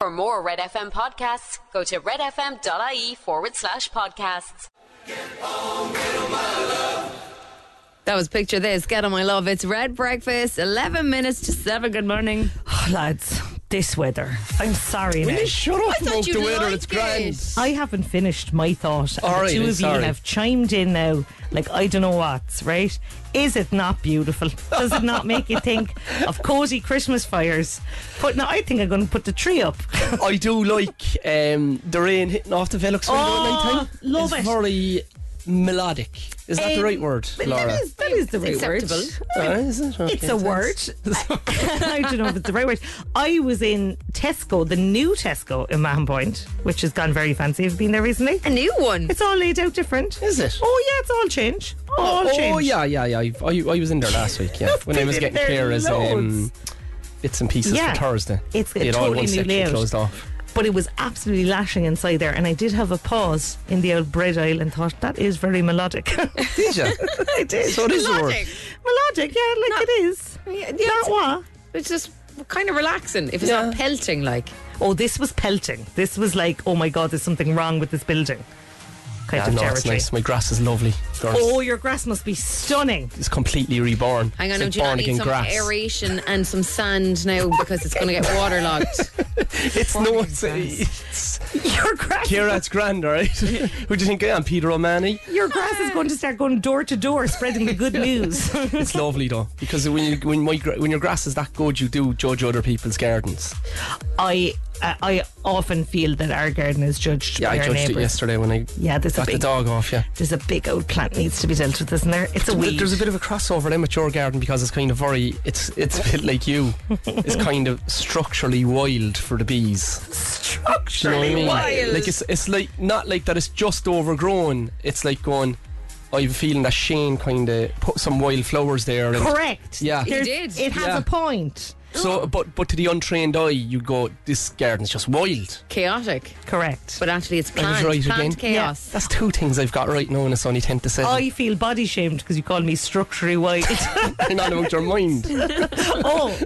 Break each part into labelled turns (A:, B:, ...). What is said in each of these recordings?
A: For more Red FM podcasts, go to redfm.ie forward slash podcasts.
B: That was Picture This. Get on, my love. It's Red Breakfast, 11 minutes to 7. Good morning.
C: Oh, lads, this weather. I'm sorry.
D: Will
C: now.
D: you shut up
B: I thought
D: about
B: you'd
D: the weather?
B: like
D: it's grand.
B: it.
C: I haven't finished my thought. and
D: All right,
C: the two
D: then,
C: of
D: sorry.
C: you have chimed in now, like I don't know what's right. Is it not beautiful? Does it not make you think of cozy Christmas fires? But now I think I'm going to put the tree up.
D: I do like um, the rain hitting off the Velux window
C: Oh,
D: at night time.
C: love
D: it's
C: it.
D: very melodic. Is that the
C: Um,
D: right word,
C: But
D: Laura?
C: That is, that is the right
B: acceptable.
C: word.
D: Ah, is it? Okay,
C: It's a
D: thanks.
C: word. I don't know if it's the right word. I was in Tesco, the new Tesco in Mahon Point, which has gone very fancy. Have you been there recently?
B: A new one.
C: It's all laid out different.
D: Is it?
C: Oh yeah, it's all change. All
D: oh,
C: change.
D: yeah, yeah, yeah. I, I, I was in there last week, yeah. when I was getting
C: There are
D: care as um,
C: loads.
D: bits and pieces
C: Yeah.
D: for Thursday.
C: It's a
D: They had all
C: totally
D: one
C: new
D: section
C: layout.
D: closed off.
C: But it was absolutely lashing inside there, and I did have a pause in the old bread aisle and thought that is very melodic.
D: Did you?
C: I did.
D: so it is a word.
B: Melodic.
C: melodic, yeah, like
B: Not-
C: it is.
B: Yeah,
C: Not
B: yeah, it's-
C: what?
B: It's just kind of relaxing if it's not
D: Yeah.
B: pelting like.
C: Oh, this was pelting. This was like, oh my god, there's something wrong with this building. Kind
D: Yeah,
C: of
D: no, it's
C: territory.
D: nice. My grass is lovely. Girls.
C: Oh, your grass must be stunning.
D: It's completely reborn.
B: Hang on,
D: it's
B: now, do you not
D: like born
B: need
D: again
B: some
D: grass.
B: aeration and some sand now because it's going to get waterlogged?
D: It's no, it's,
C: Your grass.
D: Kira, it's grand, all right? Who do you think I am, Peter O'Mahony?
C: Your grass is going to start going door to door, spreading the good news.
D: It's lovely though, because when you, when my gra- when your grass is that good, you do judge other people's gardens.
C: I uh, I often feel that our garden is judged
D: Yeah,
C: by
D: I
C: our
D: judged it
C: neighbours.
D: yesterday when I
C: Yeah, there's a
D: got the
C: big
D: dog off. Yeah,
C: there's a big old plant needs to be dealt with, isn't there? It's a
D: Th-
C: weed.
D: there's a bit of a crossover then with your garden because it's kind of very it's it's a bit like you. It's kind of structurally wild for the bees. Do you know
C: structurally
D: what I mean?
C: wild.
D: Like it's it's like not like that. It's just overgrown. It's like going. I have a feeling that Shane kind of put some wild flowers there. And
C: Correct.
D: Yeah. He
C: There's-
B: did.
C: It has
D: Yeah.
C: a point.
D: so, but but to the untrained eye, you go, this garden's just wild.
B: Chaotic.
C: Correct.
B: But actually, it's
D: was
B: planned,
D: right
B: planned
D: again.
B: chaos.
D: That's two things I've got right now, and it's only ten to seven.
C: I feel body shamed because you call me structurally wild.
D: You're not about your mind.
C: oh,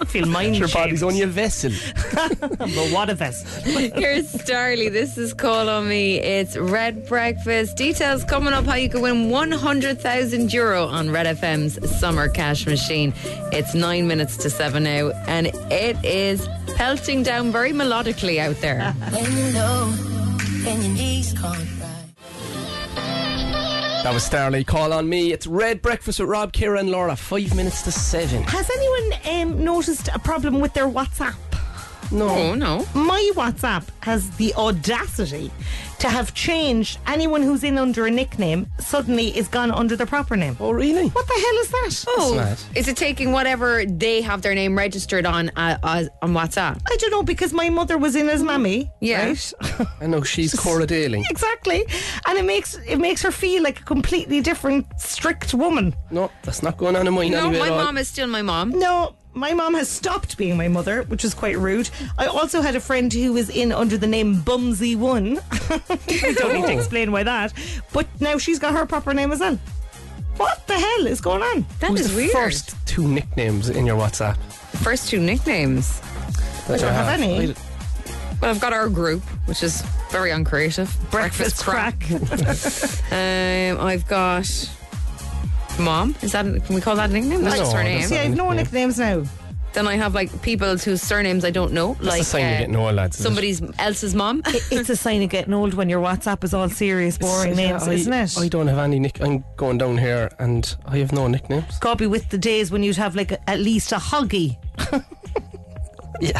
C: I feel mind
D: Your
C: shamed.
D: body's only a vessel.
C: But what a vest.
B: Here's Starley. This is Call on Me. It's Red Breakfast. Details coming up how you can win 100,000 euro on Red FM's summer cash machine. It's nine minutes to seven now, and it is pelting down very melodically out there.
E: When you're low and your knees can't cry.
D: That was Starley. Call on me. It's Red Breakfast with Rob, Kira, and Laura. Five minutes to seven.
C: Has anyone um, noticed a problem with their WhatsApp?
B: oh, no.
C: my WhatsApp has the audacity to have changed anyone who's in under a nickname suddenly is gone under their proper name.
D: Oh, really?
C: What the hell is that?
B: Oh,
D: mad.
B: is it taking whatever they have their name registered on uh, uh, on WhatsApp?
C: I don't know because my mother was in as mammy.
B: Yeah.
C: Right?
D: I know she's Cora Daly.
C: exactly. And it makes it makes her feel like a completely different strict woman.
D: No, that's not going on in mine
B: No,
D: anyway.
B: my
D: at all.
B: mom is still my mom.
C: No, my mom has stopped being my mother, which is quite rude. I also had a friend who was in under the name Bumsy One. I don't need to
D: Oh.
C: explain why that. But now she's got her proper name as well. What the hell is going on?
B: That
D: Who's
B: is
D: the
B: weird.
D: first two nicknames in your WhatsApp?
B: first two nicknames.
D: I don't
C: have any.
B: Well, I've got our group, which is very uncreative.
C: Breakfast crack.
B: Um, I've got mom. Is that can we call that a nickname? That's
D: No,
B: just her name.
D: that's
C: Yeah, no
D: Yeah.
C: nicknames now.
B: Then I have like people whose surnames I don't know,
D: That's
B: like
D: a sign
B: uh,
D: you're getting old, lads. isn't it?
B: somebody's else's mom.
C: It's a sign of getting old when your WhatsApp is all serious, boring
D: Yeah,
C: names,
D: I-
C: isn't it?
D: I don't have any nick. I'm going down here, and I have no nicknames.
C: God be with the days when you'd have like a, at least a hoggy,
D: Yeah.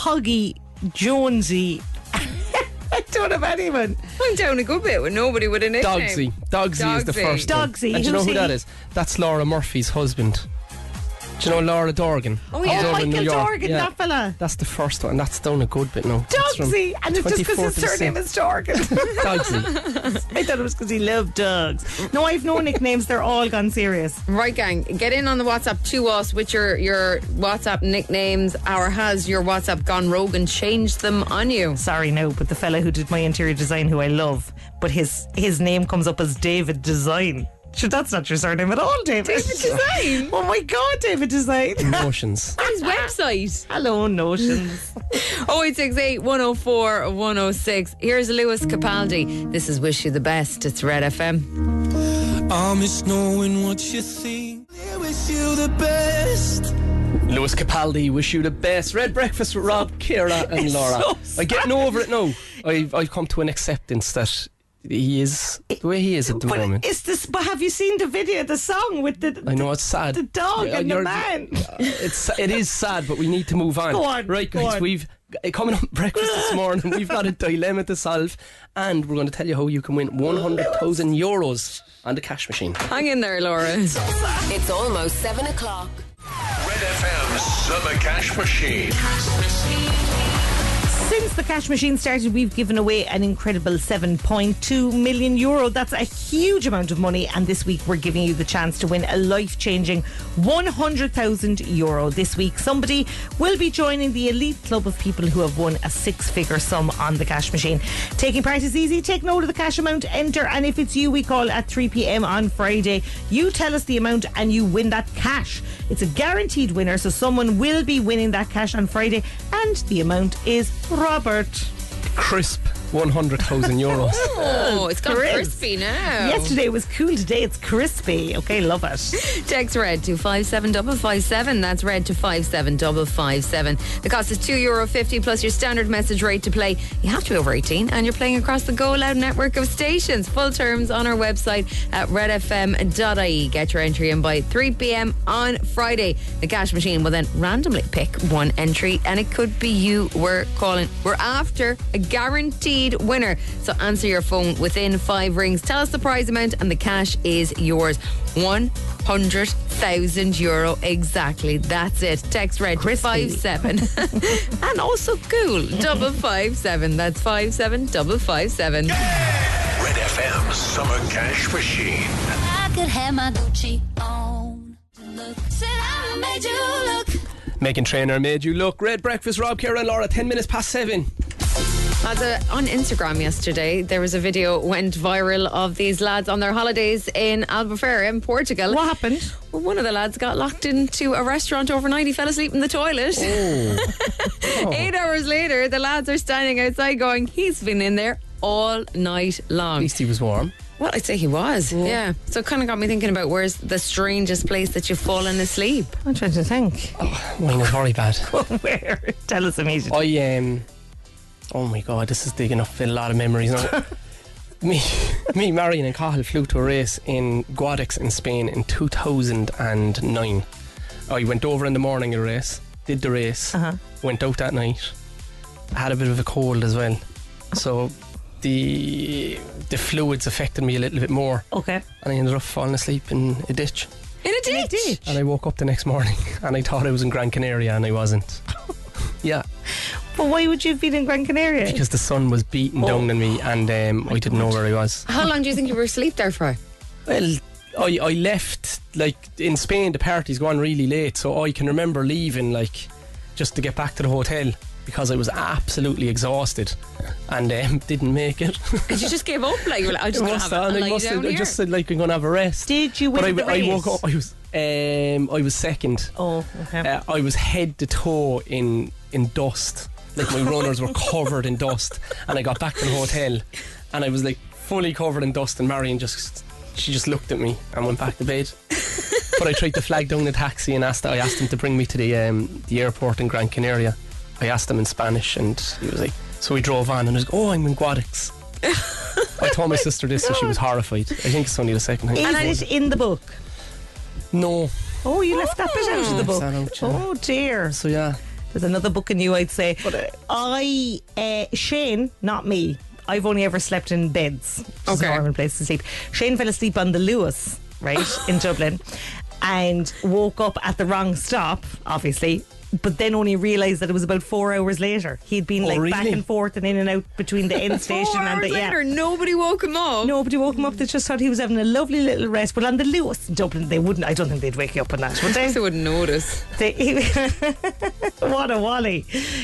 C: hoggy, Jonesy. I don't have anyone.
B: I'm down a good bit with nobody with a nickname.
D: Dogsy. Dogsy, is the
B: Dogsy.
D: first. one.
C: Dogsy,
D: And do you know
C: who's
D: who
C: he?
D: that is? That's Laura Murphy's husband. Do you know Laura Dorgan?
B: Oh,
D: He's
B: yeah.
D: over
C: Oh,
D: in New
C: Michael
D: York.
C: Dorgan,
D: Yeah.
C: that fella.
D: That's the first one. and That's down a good bit now. That's from
C: Dogsy, and it's just
D: 24th
C: because
D: of
C: his surname
D: December.
C: is Dorgan.
D: Dogsy.
C: I thought it was because he loved dogs. No, I've no nicknames. They're all gone serious.
B: Right, gang, get in on the WhatsApp to us with your, your WhatsApp nicknames. Or has your WhatsApp gone rogue and changed them on you?
C: Sorry, no, but the fella who did my interior design, who I love, but his his name comes up as David Design. Sure, that's not your surname at all, David.
B: David Design.
C: Oh my God, David Design.
D: Emotions.
B: His website.
C: Hello, Notions.
B: 0868 104 106. Here's Lewis Capaldi. This is Wish You the Best. It's Red FM.
F: I miss knowing what you think. I wish you the best.
D: Lewis Capaldi, wish you the best. Red breakfast with Rob, Kira, and Laura. I'm getting over it now. I've, I've come to an acceptance that he is the way he is at the
C: but
D: moment.
C: is this? But have you seen the video, the song with the?
D: I know it's sad.
C: The dog
D: Yeah,
C: and the
D: you're-
C: man.
D: It's it is sad, but we need to move on.
C: Go on,
D: right,
C: go
D: guys?
C: on. Ah.
D: We've coming up breakfast this morning. We've got a dilemma to solve, and we're going to tell you how you can win one hundred thousand euros on the cash machine.
B: Hang in there, Laura.
A: It's almost 7 o'clock.
G: Red FM's Summer Cash Machine.
C: Since the cash machine started, we've given away an incredible 7.2 million euro. That's a huge amount of money. And this week, we're giving you the chance to win a life changing 100,000 euro. This week, somebody will be joining the elite club of people who have won a six figure sum on the cash machine. Taking part is easy. Take note of the cash amount, enter. And if it's you, we call at 3 p.m. on Friday. You tell us the amount and you win that cash. It's a guaranteed winner, so someone will be winning that cash on Friday. And the amount is Robert.
D: Crisp one hundred thousand euros.
B: Oh, it's gone
C: Chris.
B: crispy
D: Oh.
B: now.
C: Yesterday was cool, today it's crispy. Okay, love it.
B: Text red to 57557. That's red to 57557. The cost is €2.50 plus your standard message rate to play. You have to be over 18 and you're playing across the Go Loud network of stations. Full terms on our website at redfm.ie. Get your entry in by 3 p.m. on Friday. The cash machine will then randomly pick one entry and it could be you we're calling. We're after a guaranteed winner. So answer your phone within five rings. Tell us the prize amount and the cash is yours. 100,000 euro exactly. That's it. Text red to five seven, and also cool. Double five seven. That's five seven double five seven.
G: Red FM's Summer Cash Machine.
E: I could have my Gucci on. Look, said I made you look.
D: Megan Trainer made you look. Red breakfast, Rob, Kira, and Laura. Ten minutes past seven.
B: Lads, uh, on Instagram yesterday, there was a video went viral of these lads on their holidays in Albufeira in Portugal.
C: What happened?
B: Well, one of the lads got locked into a restaurant overnight. He fell asleep in the toilet. Oh. Eight hours later, the lads are standing outside going, he's been in there all night
D: At
B: long.
D: least he was warm.
B: Well, I'd say he was. Yeah. So it kind of got me thinking about where's the strangest place that you've fallen asleep?
C: I'm trying to think.
D: Oh. Mine was very bad.
C: Where? Tell us immediately.
D: I um, oh my god, this is digging up a lot of memories now. me, me, Marion and Cahill flew to a race in Guadix in Spain in 2009. I went over in the morning of the race, did the race,
C: Uh-huh.
D: went out that night. I had a bit of a cold as well, so the the fluids affected me a little bit more,
C: Okay.
D: and I ended up falling asleep in a ditch.
B: In a ditch.
D: And I woke up the next morning, and I thought I was in Gran Canaria, and I wasn't. yeah.
C: But why would you have been in Gran Canaria?
D: because the sun was beating down on me and um, I didn't know where I was.
B: How long do you think you were asleep there for?
D: Well, I, I left, like, in Spain, the party's gone really late, so I can remember leaving, like, just to get back to the hotel because I was absolutely exhausted and um, didn't make it.
B: Because you just gave up. Like, you were like, I'm just going to
D: Must
B: have a-
D: have-
B: a
D: I
B: lie
D: must have-
B: down
D: I
B: here.
D: just said, like, I'm going to have a rest.
C: Did you win
D: but I,
C: the
D: I
C: race?
D: woke up, I was, um, I was second.
C: Oh, okay.
D: Uh, I was head to toe in in dust. Like my runners were covered in dust, and I got back to the hotel, and I was like fully covered in dust. And Marion just she just looked at me and went back to bed. but I tried to flag down the taxi and asked I asked him to bring me to the um, the airport in Gran Canaria. I asked him in Spanish, and he was like, so we drove on, and I was like, oh, I'm in Guadix. I told my sister this, and she was horrified. I think it's only the second time.
C: Is it in the book?
D: No,
C: Oh, you left that bit out of the
D: Left
C: book.
D: that out, yeah.
C: Oh dear.
D: so yeah,
C: There's another book in you, I'd say. I, uh, Shane, not me. I've only ever slept in beds. Which
B: Okay.
C: okay. Is a normal place to sleep. Shane fell asleep on the Lewis, right, in Dublin, and woke up at the wrong stop, obviously. But then only realised that it was about four hours later. He'd been like back
D: really?
C: and forth and in and out between the end
B: Four
C: station and the
B: hours
C: yeah.
B: later, nobody woke him up.
C: Nobody woke him up. They just thought he was having a lovely little rest. But on the Lewis in Dublin, they wouldn't. I don't think they'd wake you up on that, would they?
B: They wouldn't notice.
C: They, he, what a wally.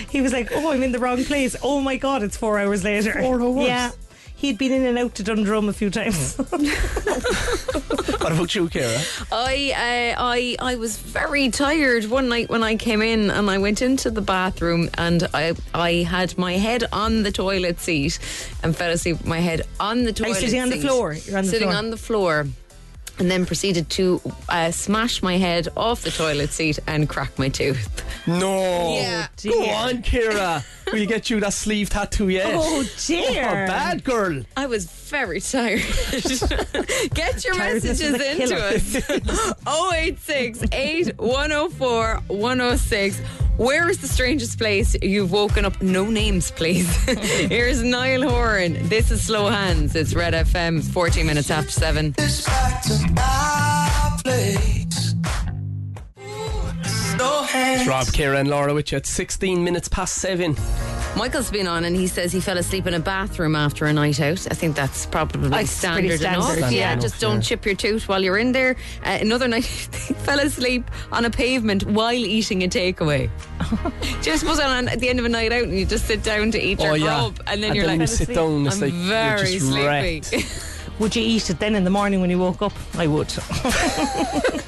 C: He was like, oh, I'm in the wrong place. Oh my God, it's four hours later.
D: Four hours?
C: Yeah. he'd been in and out to Dundrum a few times.
D: What about you, Kira?
B: I, uh, I I was very tired one night when I came in and I went into the bathroom and I I had my head on the toilet seat and fell asleep with my head on the toilet
C: sitting on the
B: seat.
C: floor? You're on the
B: sitting
C: floor.
B: on the floor and then proceeded to uh, smash my head off the toilet seat and crack my tooth.
D: No.
B: Yeah.
D: Go on, Kira. We'll get you that sleeve tattoo yet.
C: oh
D: A
C: dear!
D: bad girl.
B: I was very tired. Get your
C: Tiredness
B: messages
C: is a
B: into us. 086 8104 106. Where is the strangest place you've woken up? No names, please. Here's Niall Horan. This is Slow Hands. It's Red FM, 14 minutes after 7.
F: It's back to my place. Ooh, Slow hands.
D: Rob, Kira, and Laura with you at 16 minutes past seven.
B: Michael's been on and he says he fell asleep in a bathroom after a night out. I think that's probably standard,
C: pretty standard.
B: enough.
C: Standard
B: yeah,
D: enough,
B: just don't
D: yeah.
B: chip your tooth while you're in there. Uh, another night, he fell asleep on a pavement while eating a takeaway. just was on at the end of a night out and you just sit down to
D: Oh,
B: eat your grub and then you're
D: you
B: like,
D: sit down, it's
B: I'm
D: like
B: very
D: you're just
B: sleepy.
D: wrecked.
C: Would you eat it then in the morning when you woke up? I would.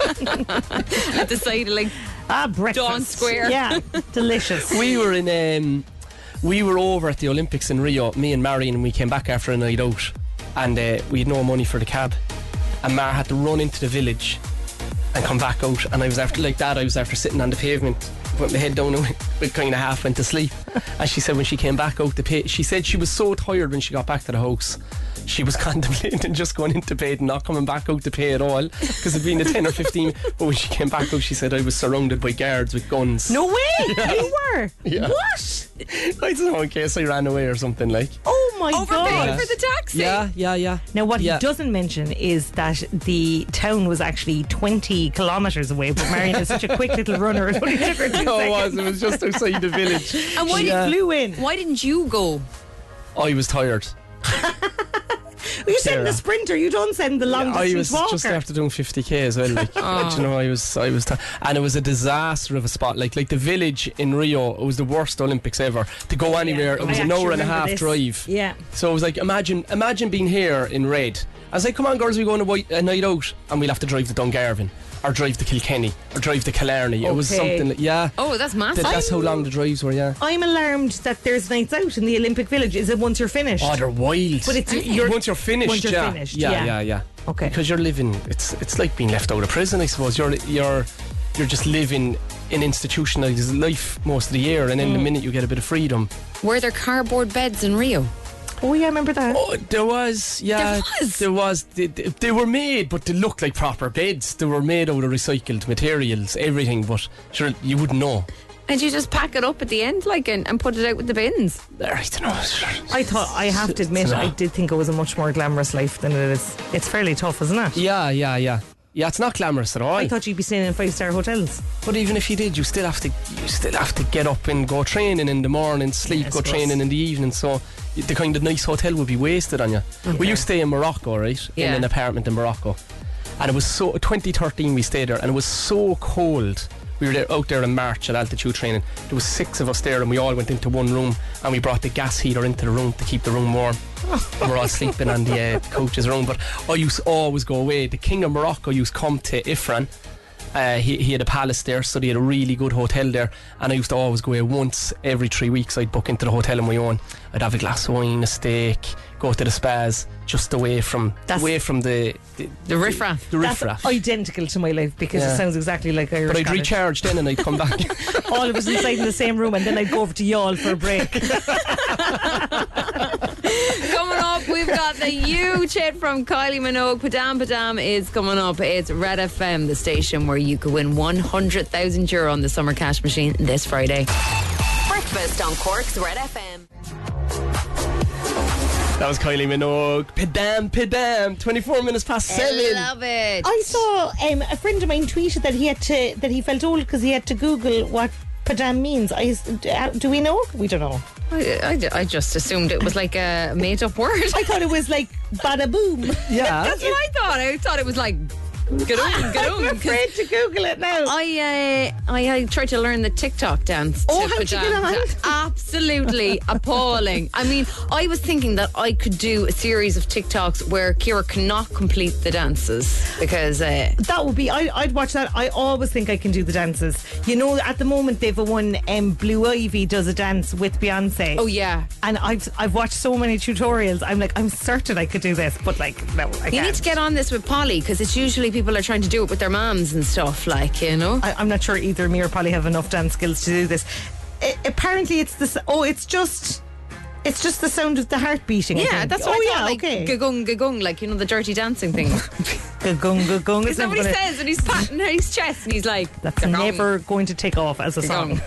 B: at the side of like,
C: ah, breakfast.
B: Dawn Square.
C: Yeah, delicious.
D: we were in um, we were over at the Olympics in Rio, me and Marion, and we came back after a night out, and uh, we had no money for the cab, and Mar had to run into the village and come back out, and I was after like that. I was after sitting on the pavement, put my head down, and went, kind of half went to sleep. And she said when she came back out the pit, she said she was so tired when she got back to the house. She was contemplating just going into bed and not coming back out to pay at all because it'd been a 10 or 15. But when she came back out, she said, I was surrounded by guards with guns.
C: No way! You were.
D: Yeah.
C: What?
D: I don't know, in case I ran away or something like.
C: Oh my
B: overpaying
C: god!
B: for the taxi.
D: yeah, yeah.
C: Now, what
D: yeah.
C: he doesn't mention is that the town was actually 20 kilometres away, but Marion is such a quick little runner, it only took her two
D: No, Oh, it
C: seconds.
D: was. It was just outside the village.
B: And why,
C: She uh,
D: Yeah.
C: flew in.
B: why didn't you go?
D: I was tired.
C: You send the
D: Sarah.
C: sprinter, you don't send the long
D: I was
C: distance walker.
D: just after doing 50k as well. Like, do you know, I was, I was, ti and it was a disaster of a spot. Like, like the village in Rio, it was the worst Olympics ever. To go anywhere,
C: I
D: it was an
C: actually
D: hour and a
C: remember
D: half
C: this.
D: drive.
C: Yeah.
D: So it was like, imagine, imagine being here in red. I was like, come on, girls, we go on a, white, a night out, and we'll have to drive to Dungarvan, or drive to Kilkenny, or drive to Killarney. It was
C: Okay.
D: something, like- yeah.
B: Oh, that's
D: That-
B: massive.
D: that's how long the drives were, yeah.
C: I'm alarmed that there's nights out in the Olympic Village. Is it once you're finished?
D: Oh, they're wild.
C: But it's- you're-
D: once you're finished,
C: once you're
D: yeah.
C: finished,
D: yeah,
C: yeah.
D: yeah, yeah.
C: Okay.
D: Because you're living, it's it's like being left out of prison, I suppose. You're you're you're just living an institutionalized life most of the year, and then
C: Mm.
D: the minute you get a bit of freedom,
B: Were there cardboard beds in Rio?
C: oh, yeah, I remember that.
D: oh, there was, yeah,
B: There was.
D: there was. They, they- they were made, but they looked like proper beds. They were made out of recycled materials, everything. But sure, you wouldn't know.
B: And you just pack it up at the end, like, and, and put it out with the bins.
D: I don't know. sure.
C: I thought, I have to admit, I did think it was a much more glamorous life than it is. It's fairly tough, isn't it?
D: Yeah, yeah, yeah. Yeah, it's not glamorous at all.
C: I thought you'd be staying in five star hotels.
D: But even if you did, you still have to you still have to get up and go training in the morning, sleep,
C: Yeah, I
D: go
C: suppose.
D: training in the evening. So y- the kind of nice hotel would be wasted on you. We used to stay in Morocco, right?
B: Yeah.
D: In an apartment in Morocco, and it was so 2013 we stayed there, and it was so cold. We were there, out there in March at altitude training. There was six of us there, and we all went into one room, and we brought the gas heater into the room to keep the room warm. And we're all sleeping on the uh, coach's room. But I used to always go away. The king of Morocco used to come to Ifran. Uh, he, he had a palace there, so he had a really good hotel there. And I used to always go away once every three weeks. I'd book into the hotel on my own. I'd have a glass of wine, a steak, go to the spas, just away from
C: That's-
D: away from the the,
B: The riffraff.
D: the
C: That's
D: riffraff.
C: identical to my life because it
D: Yeah.
C: sounds exactly like Irish.
D: But I'd
C: cottage.
D: recharge then, and I'd come back.
C: all of us inside in the same room, and then I'd go over to y'all for a break.
B: Coming up, we've got the huge hit from Kylie Minogue. Padam Padam is coming up. It's Red FM, the station where you could win 100,000 euro on the summer cash machine this Friday.
A: Breakfast on Cork's Red FM.
D: that was Kylie Minogue. Pedam, pedam. Twenty four minutes past seven.
B: Love it.
C: I saw um, a friend of mine tweeted that he had to that he felt old because he had to Google what padam means. I, uh, do we know? We don't know.
B: I, I- I just assumed it was like a made up word.
C: I thought it was like bada boom.
D: Yeah.
B: That's what I thought. I thought it was like Good on, good on. 'cause
C: Afraid to Google it now.
B: I, uh, I I tried to learn the TikTok dance.
C: Oh,
B: to
C: how'd you get
B: pajama
C: on?
B: dance. Absolutely appalling. I mean, I was thinking that I could do a series of TikToks where Kira cannot complete the dances because uh,
C: that would be I, I'd watch that I always think I can do the dances you know at the moment they've a one um, Blue Ivy does a dance with Beyonce
B: oh yeah,
C: and I've I've watched so many tutorials I'm like I'm certain I could do this but like no I
B: you need
C: can't.
B: to get on this with Polly because it's usually people are trying to do it with their moms and stuff like you know.
C: I, I'm not sure either me or Polly have enough dance skills to do this I, apparently it's this oh it's just it's just the sound of the heart beating I
B: yeah,
C: think.
B: that's
C: oh
B: what I
C: yeah
B: thought, like
C: okay
B: gagung gagung, like you know the dirty dancing thing.
C: Gagung, gagung. It's never
B: Somebody
C: gonna-
B: says, and he's patting his chest, and he's like,
C: That's
B: "Gagung."
C: never going to take off as a song.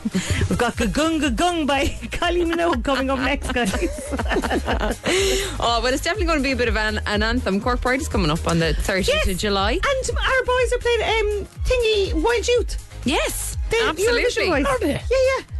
C: We've got Gagung Gagung by Kylie Minogue coming up next, guys.
B: Oh, well, it's definitely going to be a bit of an, an anthem. Cork Pride is coming up on the 30th of July.
C: And our boys are playing um, Thingy Wild Youth.
B: Yes,
C: The Eurovision
B: absolutely.
C: boys.
D: Are they?
C: Yeah,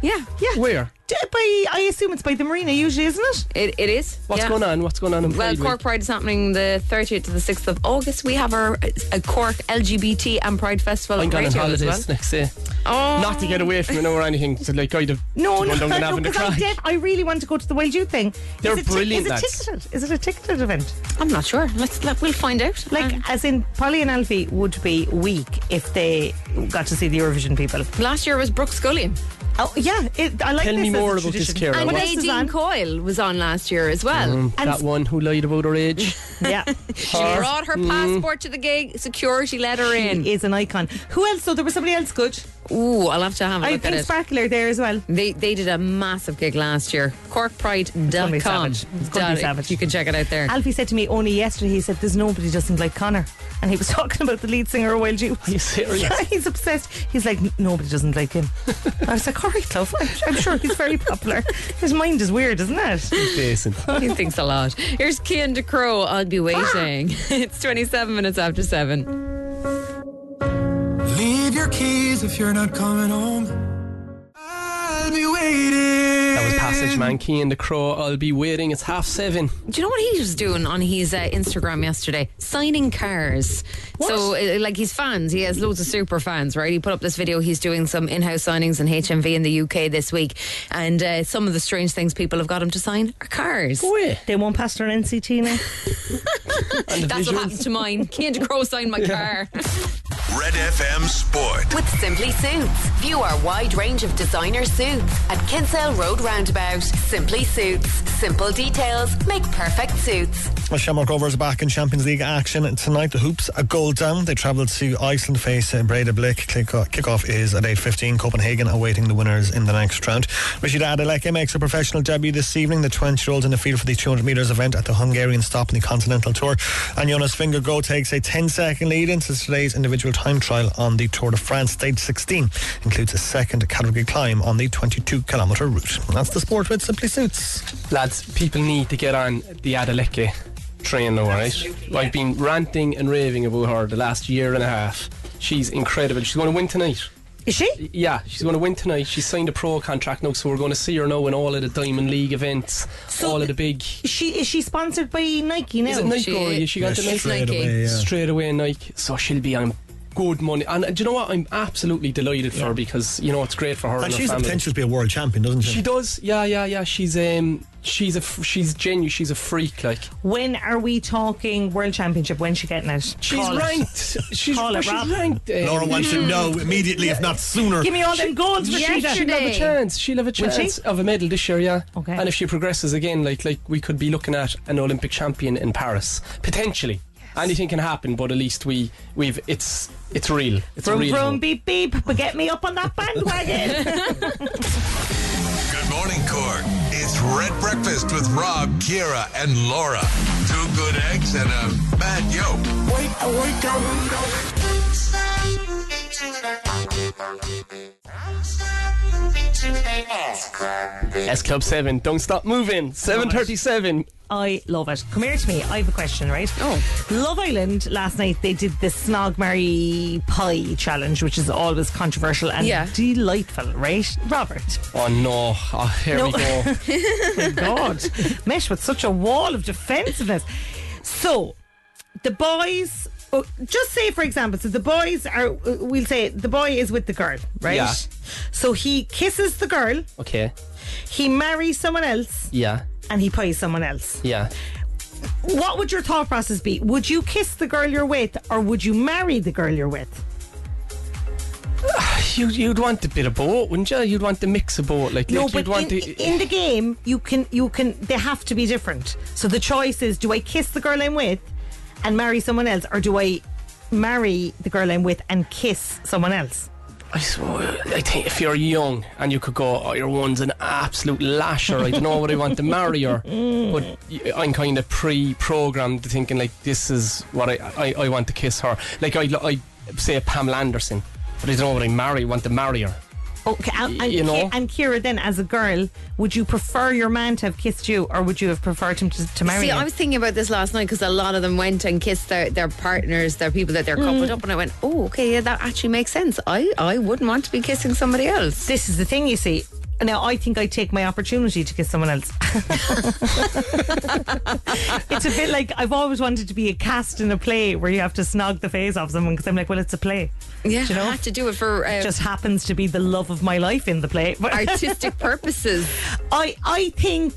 C: yeah.
B: Yeah,
C: Yeah.
D: Where?
C: D- By, I assume it's by the marina usually, isn't it?
B: it, it is.
D: What's
B: yeah.
D: going on? What's going on in
B: Well,
D: Pride
B: Cork
D: Week?
B: Pride is happening the 30th to the 6th of August. We have our a Cork LGBT and Pride Festival
D: I'm
B: on
D: going on
B: radio as
D: holidays
B: well.
D: next day.
B: Oh,
D: Not to get away from it or anything. So like I'd have
C: No,
D: to
C: no,
D: run down and
C: no,
D: having a
C: because I,
D: crack.
C: def- I really want to go to the Wild Youth thing.
D: They're
C: is it ti- is,
D: brilliant,
C: it
D: lads.
C: ticketed? is it a ticketed event?
B: I'm not sure. Let's let, we'll find out.
C: Like,
B: Um,
C: as in, Polly and Alfie would be weak if they got to see the Eurovision people.
B: last year was Brooke Scullion
C: Oh, yeah, it, I like
D: Tell
C: this
D: me
C: as a
D: more about this,
C: tradition.
D: Ciara.
B: and
D: What
C: else is on?
B: Nadine Coyle was on last year as well.
C: and-
D: that one who lied about her age.
C: Yeah.
B: She brought her passport to the gig. Security let her in.
C: is an icon. Who else? So there was somebody else good.
B: Ooh, I'll have to have a
C: I
B: look at
C: think
B: it.
C: Sparkler there as well.
B: They they did a massive gig last year.
C: gonna be
B: Corkpride.com.
C: savage. It's gonna be savage.
B: You can check it out there.
C: Alfie said to me only yesterday, he said, There's nobody doesn't like Connor. And he was talking about the lead singer of Wild Youth.
D: Are you serious?
C: Yeah, he's obsessed. He's like, "N- Nobody doesn't like him. I was like, All right, love. I'm, I'm sure he's very popular. His mind is weird, isn't it?
D: Decent.
B: he thinks a lot. Here's Kian DeCrow. I'll be waiting. it's 27 minutes after 7.
F: Leave your keys if you're not coming home. I'll be waiting.
D: That was Passage Man Key and the Crow. I'll be waiting. It's half seven.
B: Do you know what he was doing on his uh, Instagram yesterday? Signing cars. So, uh, like, his fans, he has loads of super fans, right? He put up this video. He's doing some in house signings in HMV in the UK this week. And uh, some of the strange things people have got him to sign are cars.
D: Wait.
C: They won't pass their NCT now.
B: That's what happened to mine. Kian DeCrow signed my car.
G: Red FM Sport.
A: With Simply Suits. View our wide range of designer suits at Kinsale Road Roundabout. Simply Suits. Simple details make perfect suits.
H: Well, Shamrock Rovers are back in Champions League action tonight. The Hoops a goal down. They travel to Iceland face uh, Breda Blick. Kick- Kickoff is at 8.15. Copenhagen awaiting the winners in the next round. Rashida Adeleke makes her professional debut this evening. The 20-year-old in the field for the 200 metres event at the Hungarian stop in the Continental Tour. And Jonas Fingergo takes a 10-second lead into today's individual time trial on the Tour de France. Stage 16 includes a second category climb on the 22-kilometre route. And that's the sport with Simply Suits.
D: Lads, people need to get on the Adeleke train now, alright? I've been ranting and raving about her the last year and a half. She's incredible. She's going to win tonight.
C: Is she?
D: Yeah, she's going to win tonight. She's signed a pro contract now, so we're going to see her now in all of the Diamond League events,
C: So-
D: all of the big.
C: Is she is she sponsored by Nike now?
D: Is it Nike or is she got the Nike?
H: straight
B: Nike.
H: away, yeah.
D: straight away Nike, so she'll be on good money. And uh, do you know what? I'm absolutely delighted for her because you know it's great for her and,
H: And
D: her
H: she's the
D: family.
H: potential to be a world champion, doesn't she?
D: She does, yeah, yeah, yeah. She's um, she's a f- she's genuine. She's a freak. Like
C: When are we talking World Championship? When's she getting it?
D: she's
C: Call it.
D: ranked. She's,
C: Call it,
D: well,
C: Rob.
D: she's ranked. um,
H: Laura wants to know immediately, if not sooner.
C: Mm. Give me all them goals, Rashida.
D: she'll have a
B: Yesterday.
D: chance. She'll have a
C: Will she?
D: chance of a medal this year, yeah.
C: Okay.
D: And if she progresses again, like like we could be looking at an Olympic champion in Paris potentially. Anything can happen, but at least we we've it's it's real. It's
C: Vroom,
D: real.
C: vroom, beep, beep. But get me up on that bandwagon.
G: Good morning, Cork. It's Red Breakfast with Rob, Kira, and Laura. Two good eggs and a bad yolk.
D: S Club Seven, don't stop moving. Seven thirty-seven.
C: I love it. Come here to me. I have a question, right? Oh. Love Island last night they did the snog marry pie challenge, which is always controversial and
B: Yeah.
C: delightful, right? Robert.
D: Oh no! Oh, here we
C: No.
D: go.
C: My God. Mesh with such a wall of defensiveness. So the boys But just say, for example, so the boys are, we'll say the boy is with the girl, right?
D: Yeah.
C: So he kisses the girl,
D: Okay.
C: he marries someone else,
D: Yeah.
C: and he pies someone else.
D: Yeah.
C: What would your thought process be? Would you kiss the girl you're with, or would you marry the girl you're with?
D: You, you'd want a bit of both, wouldn't you? You'd want the mix of both. Like, like, you'd
C: in,
D: want the.
C: in the game, you can you can they have to be different. So the choice is: do I kiss the girl I'm with and marry someone else, or do I marry the girl I'm with and kiss someone else?
D: I, swear, I think if you're young and you could go, oh, your one's an absolute lasher. I don't know what I want to marry her,
C: Mm.
D: but y- I'm kind of pre-programmed to thinking like this is what I I, I want to kiss her. Like I I say Pamela Anderson, but I don't know what I marry. Want to marry her?
C: Okay, and, and,
D: You know?
C: Ki- and Kira, then as a girl, would you prefer your man to have kissed you, or would you have preferred him to, to marry
B: See,
C: you?
B: I was thinking about this last night because a lot of them went and kissed their, their partners, their people that they're coupled up, and I went, "Oh, okay, yeah, that actually makes sense. I, I wouldn't want to be kissing somebody else."
C: this is the thing, you see. Now, I think I take my opportunity to kiss someone else. it's a bit like I've always wanted to be a cast in a play where you have to snog the face off someone because I'm like, well, it's a play.
B: Yeah,
C: Do you
B: you
C: know?
B: have to do it for uh,
C: Just happens to be the love of my life in the play. But
B: artistic purposes.
C: I, I think,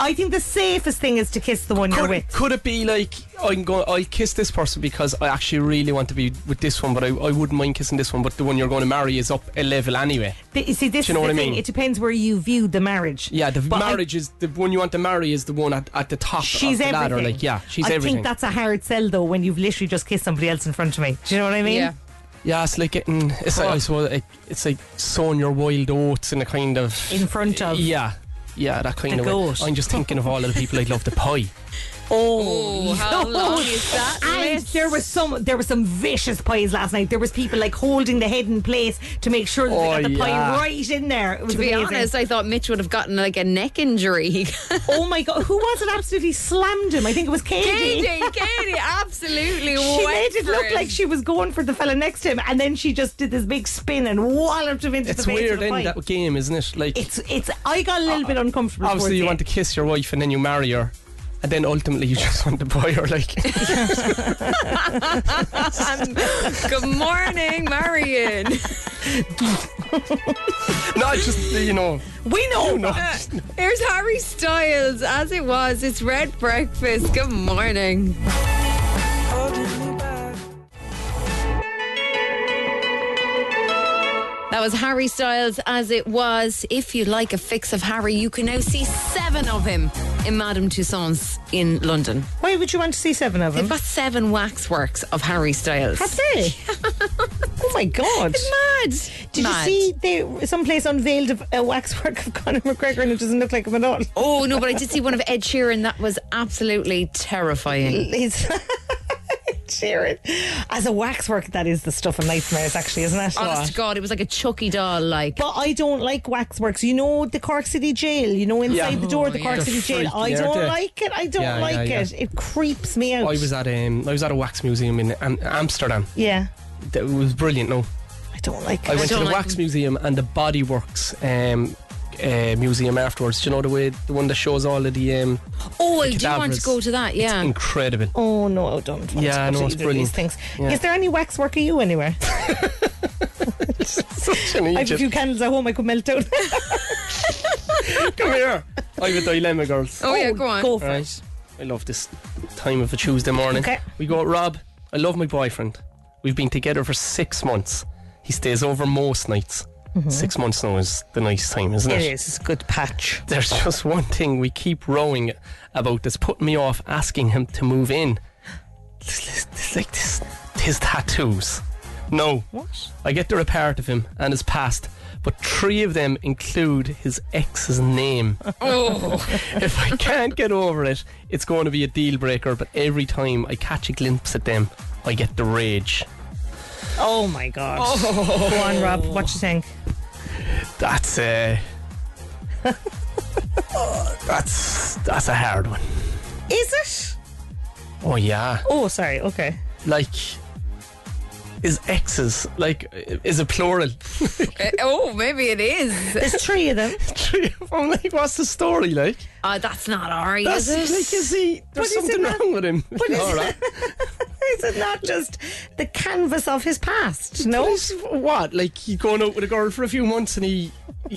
C: I think the safest thing is to kiss the one you're
D: Could,
C: with.
D: could it be like I'm going? I kiss this person because I actually really want to be with this one, but I, I wouldn't mind kissing this one. But the one you're going to marry is up a level anyway.
C: Th- You see, this
D: Do you know
C: is
D: what
C: the
D: I
C: thing.
D: mean?
C: It depends where you view the marriage.
D: Yeah, the
C: But I-
D: marriage is the one you want to marry is the one at, at the top
C: she's
D: of the
C: everything.
D: ladder. Like yeah, she's
C: I
D: everything.
C: think that's a hard sell though when you've literally just kissed somebody else in front of me. Do you know what I mean?
B: Yeah.
D: Yeah, it's like getting it's like I suppose like, it's like sowing your wild oats in a kind of
C: In front of.
D: yeah, yeah that kind
C: The
D: of. way.
C: goat.
D: I'm just thinking of all of the people I'd love to pie.
B: Oh, how long is that?
C: And
B: list?
C: there was some there were some vicious pies last night. There was people like holding the head in place to make sure that they
D: Oh,
C: got the pie
D: yeah.
C: right in there. It was
B: To be
C: amazing.
B: honest, I thought Mitch would have gotten like a neck injury.
C: oh my god, who was it absolutely slammed him? I think it was Katie.
B: Katie, Katie, absolutely.
C: She
B: went
C: made it
B: for
C: look like she was going for the fella next to him, and then she just did this big spin and walloped him into
D: It's
C: the face.
D: weird
C: of the
D: in
C: pie.
D: that game, isn't it? Like
C: it's it's. I got a little bit uncomfortable.
D: obviously you
C: towards
D: want to kiss your wife and then you marry her, and then ultimately you just want to buy her. Like
B: Good morning, Marion.
D: not just you know
C: the end. we know.
B: Here's Harry Styles. As it was, it's Red Breakfast. Good morning. That was Harry Styles as it was. If you like a fix of Harry, you can now see seven of him in Madame Tussauds in London.
C: Why would you want to see seven of
B: They've
C: them?
B: got seven waxworks of Harry Styles.
C: Have they? oh my god!
B: Mad.
C: Did
B: Mad.
C: you see they someplace unveiled a, a uh, waxwork of Conor McGregor and it doesn't look like him at all?
B: Oh no, but I did see one of Ed Sheeran. That was absolutely terrifying.
C: He's cheering. As a waxwork, that is the stuff of nightmares, actually, isn't it?
B: Honest to God, it was like a Chucky doll. Like
C: But I don't like waxworks. You know the Cork City Jail. You know inside
D: Yeah.
C: the door, of the
B: Oh,
C: Cork
B: yeah.
C: City
D: They're
C: Jail. I
D: freaky, aren't
C: don't
D: they?
C: like it. I don't
D: Yeah, yeah,
C: like
D: yeah.
C: it. It creeps me out.
D: I was at um I was at a wax museum in Am- Amsterdam.
C: yeah,
D: That was brilliant. No,
C: I don't like
D: I
C: it.
D: went to
B: don't
D: the
B: like
D: wax
B: them.
D: museum and the Body Works um, uh, museum afterwards. Do you know the way the one that shows all of the um,
B: oh, I
D: The
B: do want to
D: cadavers.
B: go to that. Yeah,
D: incredible?
C: Oh no, I don't. Want
D: Yeah,
C: to
D: I
C: go
D: know,
C: to either
D: it's
C: of these
D: brilliant.
C: things.
D: Yeah.
C: Is there any waxwork of you anywhere?
D: Such an
C: I have a
D: Egypt.
C: few candles at home. I could melt out.
D: Come here. I have a dilemma, girls.
B: Oh, yeah, go on.
C: Go for it.
D: Right. I love this time of a Tuesday morning.
C: Okay.
D: We go, Rob, I love my boyfriend. We've been together for six months. He stays over most nights. Six months now is the nice time, isn't it?
C: It is. It's a good patch.
D: There's just one thing we keep rowing about that's putting me off asking him to move in. It's, it's- it's like this, his tattoos. No. What? I get they're a part of him and his past, but three of them include his ex's name.
B: Oh,
D: if I can't get over it, it's going to be a deal breaker, but every time I catch a glimpse at them, I get the rage.
C: Oh my god. Go on, Rob. What you think?
D: That's uh, a. that's that's a hard one.
C: Is it?
D: Oh yeah.
C: Oh, sorry. Okay.
D: like is exes like is a plural
B: Eh, oh, maybe it is.
C: There's three of them.
D: Three of 'em, like what's the story like
B: Uh, that's not Ari,
D: that's
B: is it?
D: like is he there's
C: But is it
D: something
C: not-
D: wrong with him
C: is-
D: All right.
C: is it not just the canvas of his past? No.
D: He's- what? Like he going out with a girl for a few months and he,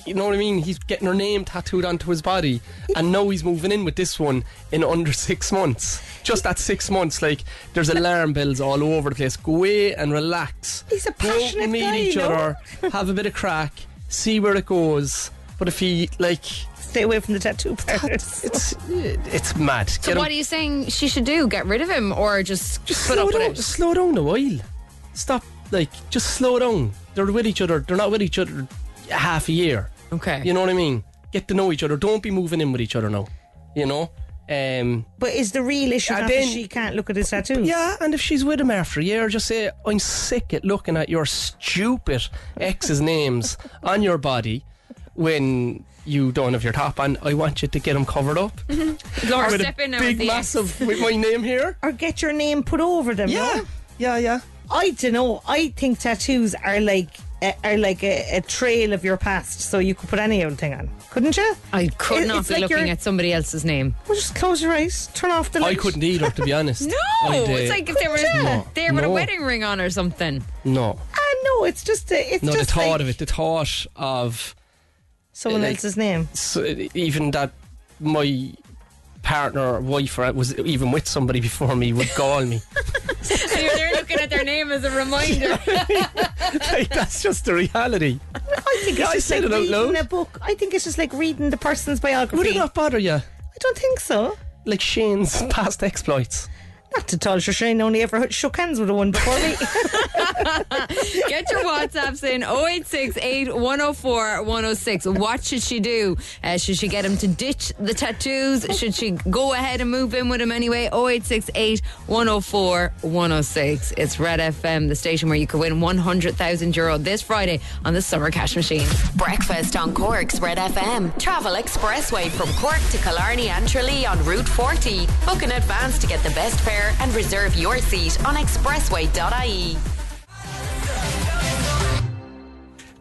D: you know what I mean? He's getting her name tattooed onto his body, and now he's moving in with this one in under six months. Just that six months, like there's alarm bells all over the place. Go away and relax.
C: He's a
D: Go out
C: passionate
D: and meet
C: guy,
D: each
C: no?
D: other, have a bit of crack, see where it goes. But if he like,
C: Stay away from the tattoo parlors.
D: it's it's mad.
B: So
D: Get him-
B: what are you saying she should do? Get rid of him or just, put up
D: slow
B: with
D: down,
B: it?
D: slow down a while. Stop, like, just slow down. They're with each other. They're not with each other half a year.
B: Okay.
D: You know what I mean? Get to know each other. Don't be moving in with each other now. You know? Um,
C: But is the real issue
D: Yeah,
C: not that
D: then-
C: she can't look at his tattoos?
D: yeah, and if she's with him after a year, just say, I'm sick at looking at your stupid ex's names on your body when you don't have your top on. I want you to get them covered up.
B: Laura,
D: with
B: step
D: a
B: in now.
D: big,
B: with the
D: massive, with my name here.
C: Or get your name put over them.
D: Yeah.
C: no?
D: Yeah, yeah.
C: I don't know. I think tattoos are like uh, are like a, a trail of your past, so you could put any old thing on, couldn't you?
B: I could
C: It-
B: not
C: it's
B: be
C: like
B: looking
C: you're-
B: at somebody else's name.
C: Well, just close your eyes, turn off the.
D: I
C: light.
D: couldn't either, to be honest.
B: No,
D: I'd, uh,
B: it's like if they were
D: No.
B: there with a
D: No.
B: wedding ring on or something.
D: No.
C: Ah, no, it's just a, it's
D: No, the
C: just
D: thought
C: like
D: of it, the thought of
C: someone
D: like-
C: else's name.
D: so, even that my partner, or wife, or was even with somebody before me would call me.
B: And you're there looking at their name as a reminder.
D: like, that's just the reality.
C: I think
D: Yeah,
C: it's
D: I
C: just
D: said
C: like
D: it out
C: reading
D: loud.
C: a book. I think it's just like reading the person's biography.
D: Would it not bother you?
C: I don't think so.
D: Like Shane's past exploits.
C: Not to tell you, Shane only ever shook hands with the one before me.
B: Get your WhatsApps in 0868 104 106. What should she do? Uh, should she get him to ditch the tattoos? Should she go ahead and move in with him anyway? 0868 104 106. It's Red FM, the station where you could win 100,000 euro this Friday on the Summer Cash Machine.
A: Breakfast on Cork's Red FM. Travel expressway from Cork to Killarney and Tralee on Route 40. Book in advance to get the best fare and reserve your seat on expressway.ie.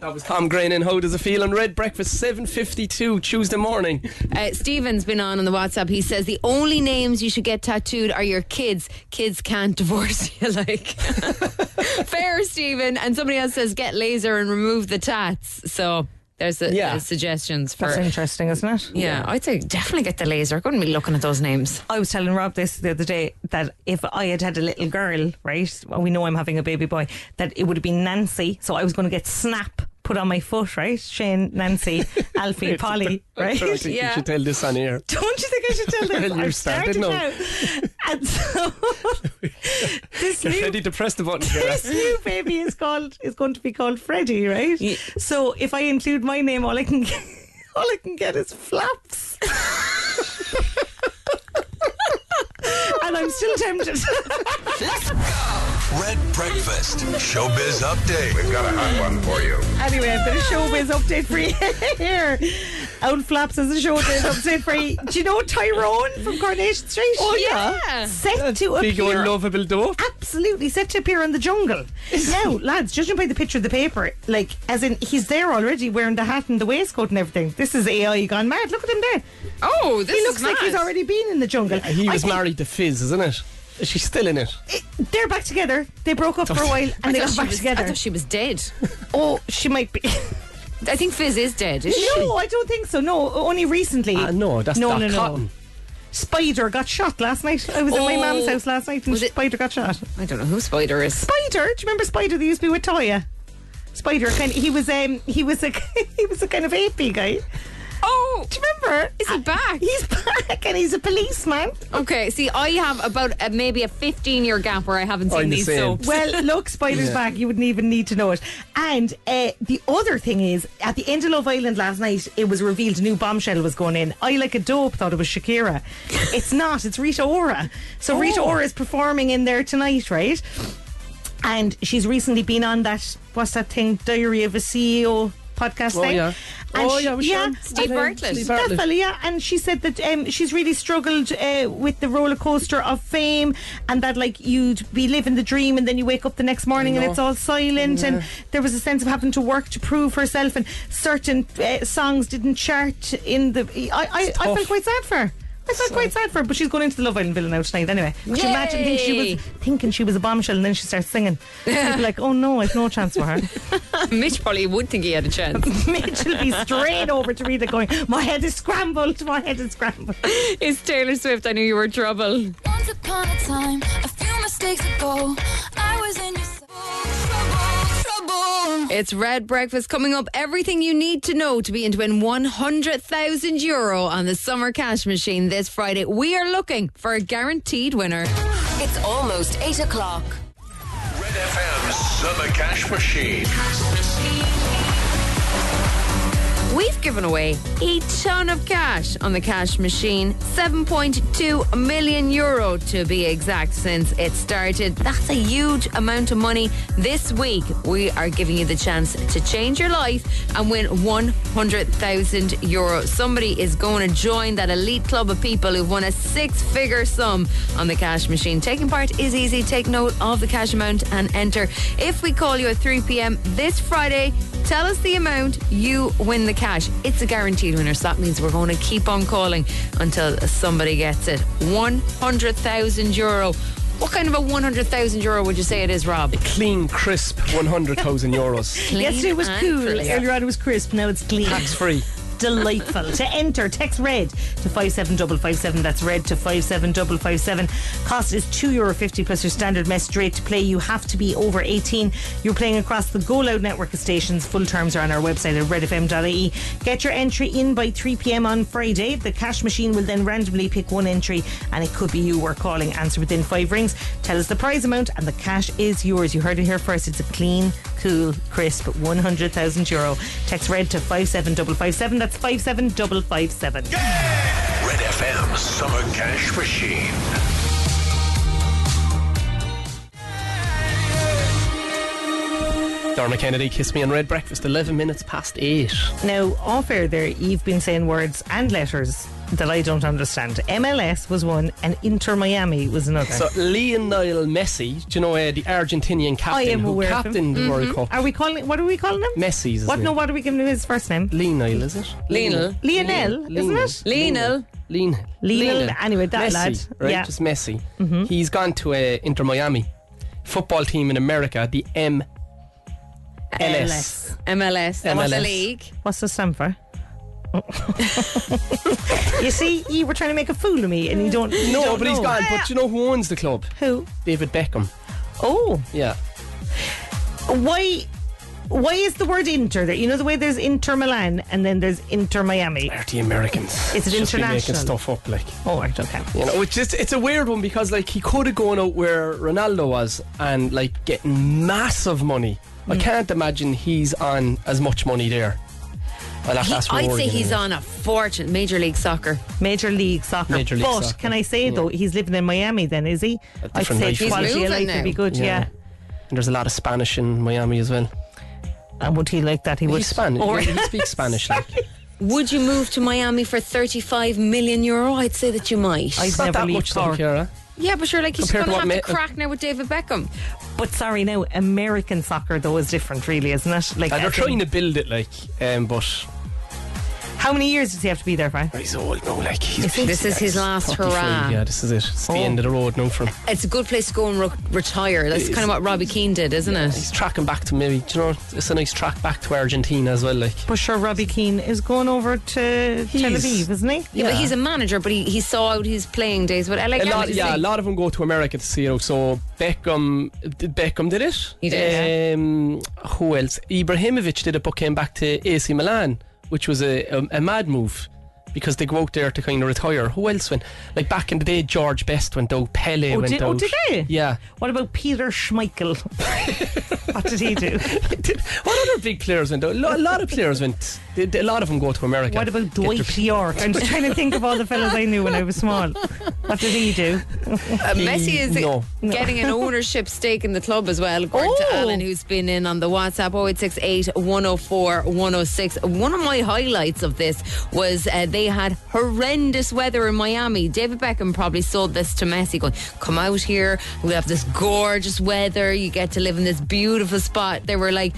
D: That was Tom Green and How Does It Feel on Red Breakfast, 7.52 Tuesday morning.
B: Uh, Stephen's been on on the WhatsApp. He says the only names you should get tattooed are your kids. Kids can't divorce you. Like, fair, Stephen. And somebody else says get laser and remove the tats. So there's, a,
D: Yeah.
B: there's suggestions for.
C: That's interesting, isn't it?
B: yeah, I'd say definitely get the laser. I couldn't be looking at those names.
C: I was telling Rob this the other day that if I had had a little girl, right? Well, we know I'm having a baby boy, that it would have been Nancy. So I was going to get Snap put on my foot, right? Shane, Nancy, Alfie, Polly,
D: I
C: right?
D: don't think
B: Yeah.
D: you should tell this on air.
C: Don't you think I should tell them?
D: Well, you
C: I've
D: started now.
C: And so this
D: Get
C: new
D: ready to press the button. Ciara.
C: this new baby is called is going to be called Freddie, right? So if I include my name, all I can get, all I can get is flaps. and I'm still tempted.
G: Red Breakfast, Showbiz Update. We've got a hot one for you.
C: anyway, I've got a showbiz update for you here. Out flaps is a showbiz update for you. Do you know Tyrone from Coronation Street? Oh
B: yeah.
C: set to
D: Big
C: appear.
D: unlovable dope.
C: absolutely set to appear in the jungle. now, lads, judging by the picture of the paper, like as in he's there already wearing the hat and the waistcoat and everything. This is AI gone mad. Look at him there.
B: Oh, this
C: He looks like he's already been in the jungle.
D: He
C: I
D: was
C: think
D: married to Fizz, isn't it? Is she still in it?
C: it- they're back together. They broke up for a while and they got back
B: I
C: together.
B: thought she was dead.
C: oh, she might be.
B: I think Fizz is dead. Is she?
C: no, I don't think so. No, only recently.
D: Ah, no, that's
C: no,
D: Doc
C: no, no.
D: Cotton.
C: Spider got shot last night. I was at my
B: Oh.
C: mum's house last night and
B: Was it-
C: Spider got shot.
B: I don't know who Spider is.
C: Spider. Do you remember Spider? They used to be with Toya. Spider. Kind he was. Um. He was a. He was a kind of apey guy.
B: Oh,
C: Do you remember?
B: Is he back?
C: He's back and he's a policeman.
B: okay. See, I have about uh, maybe a 15 year gap where I haven't seen
D: I'm the
B: these
D: same.
B: soaps.
C: Well, look, Spider's
D: Yeah.
C: back. You wouldn't even need to know it. And uh, the other thing is, at the end of Love Island last night, it was revealed a new bombshell was going in. I, like a dope, thought it was Shakira. it's not. It's Rita Ora.
D: Oh.
C: So Rita Ora is performing in there tonight, right? And she's recently been on that, what's that thing, Diary of a CEO podcast
D: Oh,
C: thing.
D: yeah.
C: And
D: Oh,
C: she-
D: yeah, we
C: yeah.
D: shan't-
B: Steve Bartlett.
D: Bartlett.
C: That fella, yeah, and she said that um, she's really struggled uh, with the roller coaster of fame, and that like you'd be living the dream, and then you wake up the next morning and
D: know.
C: it's all silent, and there was a sense of having to work to prove herself, and certain uh, songs didn't chart in the. I I, I
D: tough.
C: felt quite sad for. her. I felt quite sad for her, but she's going into the Love Island villa now tonight anyway. Could you
B: Yay!
C: imagine think she was thinking she was a bombshell and then she starts singing? I'd be like, oh no, I've no chance for her.
B: Mitch probably would think he had a chance.
C: Mitchell be straight over to Rita going, my head is scrambled, my head is scrambled.
B: It's Taylor Swift. I knew you were trouble.
E: Once upon a time, a few mistakes ago, I was in your soul. Trouble, trouble.
B: It's Red Breakfast coming up. Everything you need to know to be in to win 100,000 euro on the Summer Cash Machine this Friday. We are looking for a guaranteed winner.
A: It's almost 8 o'clock.
G: Red FM's Summer Cash Machine.
B: We've given away a ton of cash on the cash machine, 7.2 million euro to be exact, since it started. That's a huge amount of money. This week, we are giving you the chance to change your life and win 100,000 euro. Somebody is going to join that elite club of people who've won a six figure sum on the cash machine. Taking part is easy. Take note of the cash amount and enter. If we call you at 3 p.m. this Friday, Tell us the amount, you win the cash. It's a guaranteed winner, so that means we're going to keep on calling until somebody gets it. 100,000 euro. What kind of a 100,000 euro would you say it is, Rob?
D: Clean, crisp 100,000 euros.
B: Clean
C: Yesterday was
B: and
C: cool.
B: crisp.
C: Earlier on it was crisp. Now it's clean.
D: Tax free.
C: Delightful. to enter, text red to 57557. That's red to 57557. Cost is €2.50 plus your standard message rate to play. You have to be over 18. You're playing across the Go Loud network of stations. Full terms are on our website at redfm.ie. E. Get your entry in by 3 pm on Friday. The cash machine will then randomly pick one entry and it could be you we're calling. Answer within five rings. Tell us the prize amount and the cash is yours. You heard it here first. It's a clean, cool, crisp 100,000 euro. Text red to 57557. That's 57557.
G: Red FM's Summer Cash Machine.
D: Dharma Kennedy, Kiss Me on Red Breakfast, 11 minutes past 8.
C: Now, off air there, you've been saying words and letters that I don't understand. MLS was one and Inter Miami was another.
D: So, Lionel Messi, do you know uh, the Argentinian captain
C: I am
D: who
C: aware of him.
D: captained the World Cup?
C: are we calling it, what are we calling him?
D: Messi's his
C: What,
D: name.
C: no, what are we giving him his first name?
D: Lionel, is it?
B: Lionel.
C: Lionel, isn't it?
B: Lionel.
D: Lionel.
C: Lionel.
B: Lionel.
C: Anyway, that
D: Messi,
C: lad.
D: right?
C: Yeah. Mm-hmm.
D: Just Messi. He's gone to uh, Inter Miami football team in America, the M. LS.
B: MLS. That's the
D: MLS.
B: league.
C: What's the stand for? you see, you were trying to make a fool of me, and you don't. you
D: No,
C: don't
D: but he's
C: know.
D: gone. But you know who owns the club?
C: Who?
D: David Beckham.
C: Oh,
D: Yeah.
C: why? Why is the word inter there? You know the way there's Inter Milan and then there's Inter Miami.
D: Dirty Americans.
C: Is it
D: Just be making
C: international?
D: stuff up, like.
C: Oh, right, okay.
D: You know, it's just it's a weird one because like he could have gone out where Ronaldo was and like getting massive money.
B: Mm.
D: I can't imagine he's on as much money there. I'll have
B: He-
D: to ask for
B: I'd say
D: Rory
B: he's
D: anyway.
B: on a fortune. Major League Soccer.
C: Major League Soccer.
D: Major League
C: but
D: Soccer,
C: can I say though, he's living in Miami? Then is he?
D: A
C: I'd
D: different
C: say
D: life. He's
C: quality of
B: moving
C: life
B: now.
C: would be good. Yeah.
D: And there's a lot of Spanish in Miami as well.
C: And would he like that? He would.
D: He's Spanish.
C: Or-
D: he speaks Spanish. Like.
B: Would you move to Miami for 35 million euro? I'd say that you might.
C: I'd
D: It's not
C: never
D: that
C: leave
D: much, though,
C: Cork.
D: Ciara.
B: yeah, but you're like, he's going
D: Compared
B: to
D: to
B: have
D: what
B: to
D: Ma-
B: crack now with David Beckham.
C: But sorry, now American soccer though is different, really, isn't it? Like
D: And Uh, they're
C: as in-
D: trying to build it, like, um, but
C: How many years does he have to be there for?
D: he's old now. Like, he's,
B: This is his last
D: 35.
B: hurrah.
D: Yeah, this is it. It's the
C: Oh.
D: end of the road now for him.
B: It's a good place to go and re- retire. That's kind of what Robbie Keane did, isn't it?
D: He's tracking back to maybe. Do you know? It's a nice track back to Argentina as well. Like,
C: But sure, Robbie Keane is going over to Tel
D: He's-
C: Aviv, isn't he?
B: Yeah, but he's a manager, but he, he saw out his playing days uh, with LA
D: a lot,
B: Galaxy.
D: yeah, a lot of them go to America to see it. out. So Beckham, did Beckham did it.
B: He did,
D: Um, Who else? Ibrahimovic did it, but came back to AC Milan, which was a, a, a mad move because they go out there to kind of retire. Who else went? Like back in the day, George Best went out. Pele
C: Oh,
D: went
C: did- oh,
D: out.
C: did they?
D: Yeah.
C: What about Peter Schmeichel? what did he do?
D: Did- what other big players went? out? Lo- A lot of players went. did- did A lot of them go to America.
C: What about
D: Get their-
C: Dwight York? I'm just trying to think of all the fellas I knew when I was small. What did he do?
B: Uh, Messi is
D: no.
B: getting an ownership stake in the club as well, according to
C: Oh.
B: Alan, who's been in on the WhatsApp oh, 0868 104 106. One of my highlights of this was uh, they had horrendous weather in Miami. David Beckham probably sold this to Messi, going, Come out here, we have this gorgeous weather, you get to live in this beautiful spot. There were like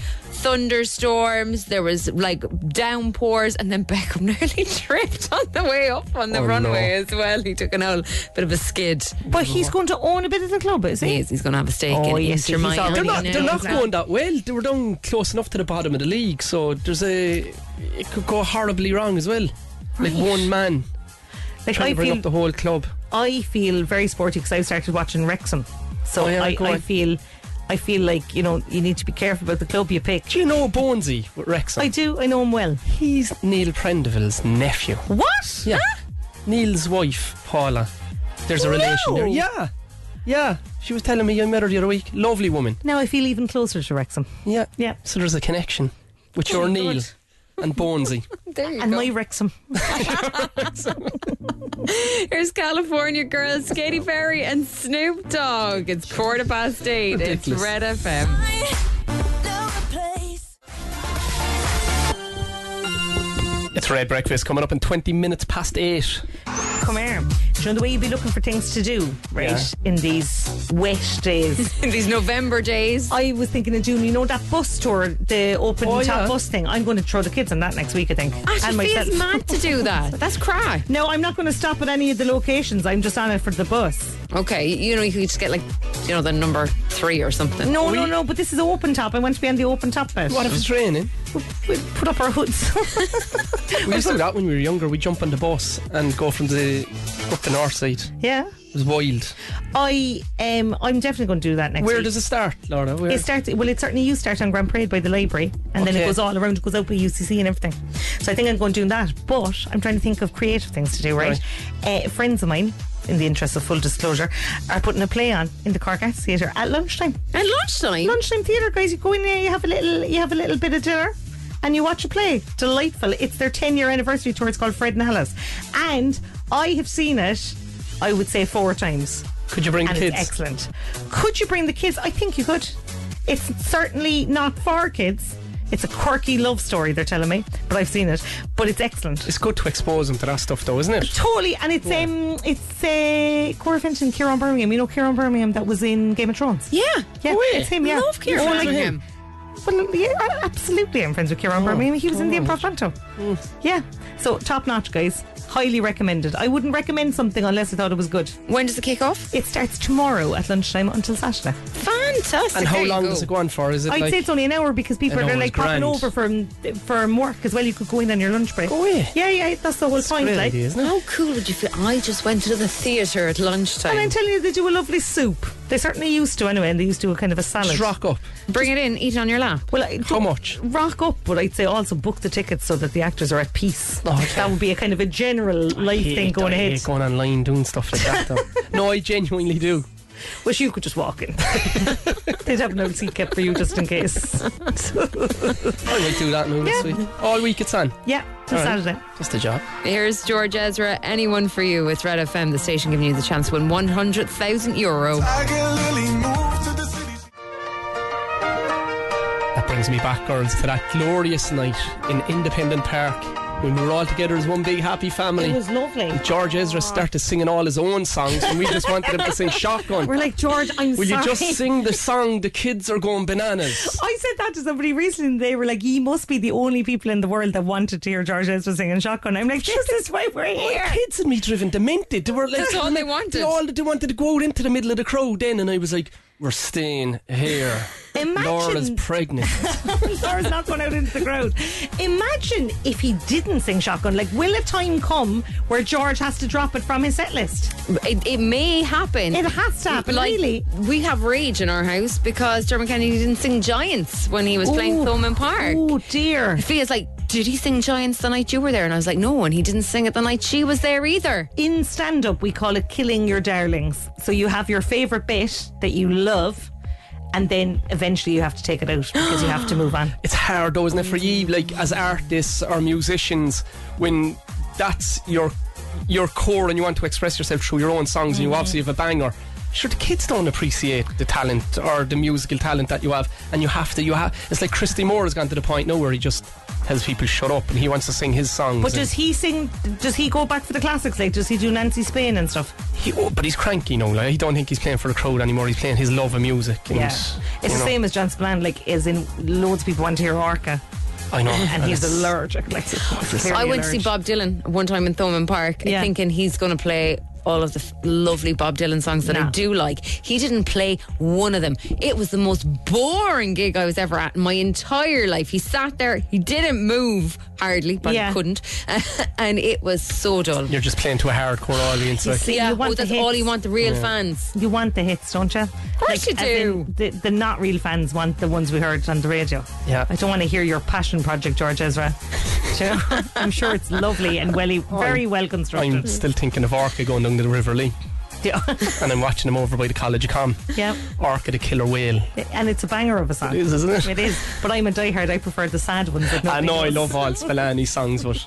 B: thunderstorms, there was like downpours, and then Beckham nearly tripped on the way up on the
D: Oh, no.
B: runway as well. He took an old bit of a skid.
C: But he's going to own a bit of the club, is
B: He
C: he?
B: is. He's going to have a stake
C: Oh,
B: in
C: yes,
B: Inter
C: he's
B: Miami.
C: already
D: They're not,
B: now.
D: they're not going that well. They were down close enough to the bottom of the league, so there's a. It could go horribly wrong as well. Like one man
C: Like
D: trying
C: I
D: to bring
C: feel,
D: up the whole club.
C: I feel very sporty because I've started watching Wrexham, so
D: Oh, yeah,
C: I,
D: go
C: I
D: on.
C: feel, I feel like you know you need to be careful about the club you pick.
D: Do you know Bonesy with Wrexham?
C: I do. I know him well.
D: He's Neil Prendeville's nephew.
C: What?
D: Yeah. Neil's wife, Paula. There's a relation there.
C: No.
D: Yeah. Yeah. She was telling me I met her the other week. Lovely woman.
C: Now I feel even closer to Wrexham.
D: Yeah.
C: Yeah.
D: So there's a connection with your
C: Oh,
D: Neil
C: God.
D: and Bonesy.
B: There you
C: And
B: go.
C: my Wrexham.
B: Here's California girls, Katy Perry and Snoop Dogg. It's quarter past eight. It's
D: Ridiculous.
B: Red FM.
D: it's Red Breakfast coming up in 20 minutes past 8.
C: Come here. Do you know the way you'd be looking for things to do, right?
D: Yeah.
C: In these wet days.
B: These November days.
C: I was thinking of doing, you know, that bus tour, the open
D: Oh,
C: top
D: yeah.
C: bus thing. I'm going to throw the kids on that next week, I think. and
B: Actually, Ah, feels mad to do that. That's cry.
C: No, I'm not going to stop at any of the locations. I'm just on it for the bus.
B: Okay, you know you could just get like, you know, the number three or something.
C: No, no, no, but this is open top. I want to be on the open top bit.
D: What if it's raining?
C: we put up our hoods?
D: We used to do that when we were younger. We'd jump on the bus and go from the up the north side.
C: yeah.
D: It was wild.
C: I um, I'm definitely going to do that next
D: Where
C: week.
D: does it start, Laura? Where?
C: It starts well. It certainly you start on Grand Parade by the library, and then it
D: Okay.
C: goes all around. It goes out by UCC and everything. So I think I'm going to do that. But I'm trying to think of creative things to do. Right, Uh, friends of mine, in the interest of full disclosure, are putting a play on in the Cork Arts Theatre at lunchtime.
B: At lunchtime.
C: Lunchtime theatre, guys. You go in there, you have a little, you have a little bit of dinner. And you watch a play. Delightful. It's their 10 year anniversary tour. It's called Fred and Alice. And I have seen it, I would say, four times
D: Could you bring
C: and
D: kids?
C: it's excellent. Could you bring the kids? I think you could. It's certainly not for kids. It's a quirky love story, they're telling me, but I've seen it. But it's excellent.
D: It's good to expose them to that stuff, though, isn't it?
C: Totally, and it's um, it's uh, Cora Finton, Kieran Birmingham. You know Kieran Birmingham that was in Game of Thrones.
B: Yeah. Oh,
C: Yeah, it's him. Yeah,
B: Love Kieran
C: Oh, like-
B: Birmingham. Oh,
C: Well, yeah, I- absolutely, I'm friends with Kieran Birmingham. He was in the Improv Panto.
B: Mm.
C: Yeah, so top notch, guys. Highly recommended. I wouldn't recommend something unless I thought it was good.
B: When does it kick off?
C: It starts tomorrow at lunchtime until Saturday.
B: Fantastic.
D: And how
B: There you
D: long
B: go.
D: does it go on for? Is it
C: I'd
D: like
C: say it's only an hour because people
D: An
C: are
D: hour's
C: like popping
D: grand.
C: over from from work as well. You could go in on your lunch break.
D: Oh, yeah.
C: yeah, yeah. That's the whole
D: a
C: point.
D: great
C: Like.
D: idea, isn't it?
B: How cool would you feel? I just went to the theatre at
C: And I'm
B: lunchtime.
C: telling you, they do a lovely soup. They certainly used to anyway, and they used to do a kind of a salad.
D: Just rock up.
B: Bring it in, eat it on your lap.
C: Well, I-
D: How much?
C: Rock up, but I'd say also book the tickets so that the actors are at peace.
D: Okay.
C: That would be a kind of a general life thing going
D: Oh, I hate
C: ahead.
D: Going online doing stuff like that, though. no, I genuinely do.
C: Wish you could just walk in. They'd have an old seat kept for you just in case.
D: I might do that now this
C: Yeah.
D: week. All week it's on.
C: Yeah, till
D: All right.
C: Saturday.
D: Just a job.
B: Here's George Ezra, anyone for you with Red FM, the station giving you the chance to win 100,000 euro.
F: I can literally move to the city.
D: That brings me back, girls, to that glorious night in Independent Park when we were all together as one big happy family.
C: It was lovely.
D: George
C: Oh.
D: Ezra started singing all his own songs, and we just wanted him to sing Shotgun.
C: We're like George. I'm
D: Will
C: sorry.
D: you just sing the song? The kids are going bananas.
C: I said that to somebody recently, and they were like, "You must be the only people in the world that wanted to hear George Ezra singing Shotgun." I'm like, "This is why we're here."
D: Kids had me driven demented. They were like,
B: That's all they wanted.
D: They all they wanted to go out into the middle of the crowd then, and I was like, "We're staying here."
C: Imagine-
D: Laura's pregnant.
C: Laura's not going out into the crowd. Imagine if he didn't sing Shotgun. Like, will a time come where George has to drop it from his set list?
B: It, it may happen.
C: It has to happen,
B: Like,
C: really.
B: We have rage in our house because Dermot Kennedy didn't sing Giants when he was playing
C: Ooh.
B: Thomond Park.
C: Oh dear!
B: Fia's like, did he sing Giants the night you were there? And I was like, no, and he didn't sing it the night she was there either.
C: In stand up, we call it killing your darlings. So you have your favorite bit that you love. And then eventually you have to take it out because you have to move on.
D: it's hard though, isn't it, for you, like as artists or musicians, when that's your your core and you want to express yourself through your own songs and you obviously have a banger sure the kids don't appreciate the talent or the musical talent that you have and you have to you have it's like Christy Moore has gone to the point now where he just tells people shut up and he wants to sing his songs
C: But
D: and-
C: does he sing? Does he go back for the classics? Like, does he do Nancy Spain and stuff?
D: He, oh, but he's cranky now. Like, he don't think he's playing for the crowd anymore. He's playing his love of music. And,
C: it's
D: you
C: the
D: know,
C: same as John Splan. Like, as in loads of people want to hear Orca,
D: I know.
C: and he's
D: it's-
C: allergic. Like,
B: I went to see Bob Dylan one time in Thomond Park,
C: Yeah.
B: thinking he's going to play all of the f- lovely Bob Dylan songs that I
C: No.
B: do like. He didn't play one of them. It was the most boring gig I was ever at in my entire life. He sat there, he didn't move hardly, but
C: Yeah.
B: he couldn't, and it was so dull.
D: You're just playing to a hardcore audience. Like,
C: see,
B: Yeah,
C: you want
B: oh,
C: the
B: that's
C: hits.
B: all you want, the real fans.
C: You want the hits, don't you? Of
B: course you do.
C: The, the not real fans want the ones we heard on the radio.
D: Yeah.
C: I don't want to hear your passion project, George Ezra. Do you know? I'm sure it's lovely and well, very well
D: I'm
C: constructed.
D: still thinking of Orca going down to the River Lee,
C: Yeah.
D: and I'm watching him over by the College of Com.
C: yeah.
D: Orca the Killer Whale.
C: And it's a banger of a song.
D: It is, isn't it?
C: It is. But I'm a diehard. I prefer the sad ones. That
D: I
C: nobody
D: know I
C: knows.
D: love all Spillane songs, but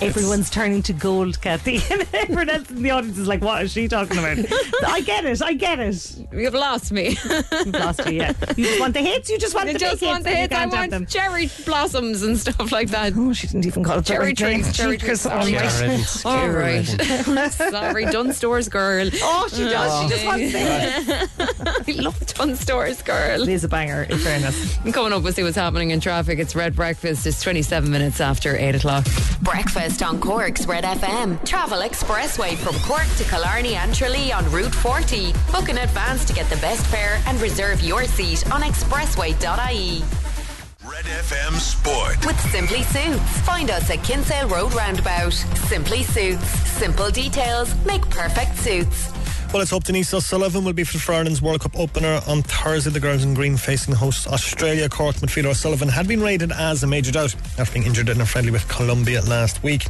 C: Everyone's turning to gold, Kathy. And everyone else in the audience is like, what is she talking about? I get it. I get it.
B: You've lost me.
C: You've lost you, yeah. You just want the hits. You just want
B: I
C: the
B: just
C: big
B: want the
C: hits. and
B: hits.
C: you
B: I
C: can't have them.
B: want cherry blossoms and stuff like that.
C: Oh, she didn't even call it
B: Cherry
C: the right name.
B: trees, cherry
C: Jeepers,
B: trees.
C: all right.
D: Ciara Evans.
B: All
D: Ciara
B: right.
D: Evans.
B: Sorry, Dunstores girl.
C: Oh, she does. She just wants to
B: I love Dunstores girl.
C: It is a banger, in fairness.
B: Coming up, we'll see what's happening in traffic. It's Red Breakfast. It's 27 minutes after 8 o'clock.
A: Breakfast on Cork's Red FM. Travel expressway from Cork to Killarney and Tralee on Route 40. Book in advance to get the best fare and reserve your seat on expressway.ie.
G: Red FM Sport.
A: E. With Simply Suits, find us at Kinsale Road Roundabout. Simply Suits, simple details make perfect suits.
H: Well, it's hoped Denise O'Sullivan will be for Ireland's World Cup opener on Thursday. The girls in green facing hosts Australia. Cork midfielder O'Sullivan had been rated as a major doubt after being injured in a friendly with Colombia last week.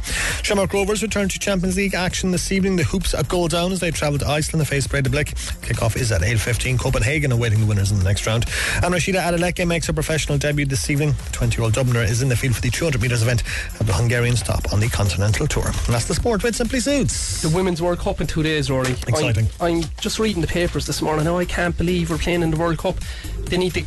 H: Shamrock Rovers return to Champions League action this evening. The Hoops a goal down as they travel to Iceland to face Breda Blick. Kickoff is at 8.15. Copenhagen awaiting the winners in the next round. And Rashida Adeleke makes her professional debut this evening. The 20-year-old Dubliner is in the field for the 200 metres event at the Hungarian stop on the Continental Tour. And that's the sport with Simply Suits.
D: The Women's World Cup in two days, Rory. I'm-
H: Exciting.
D: I'm, just reading the papers this morning. Now I can't believe we're playing in the World Cup. They need to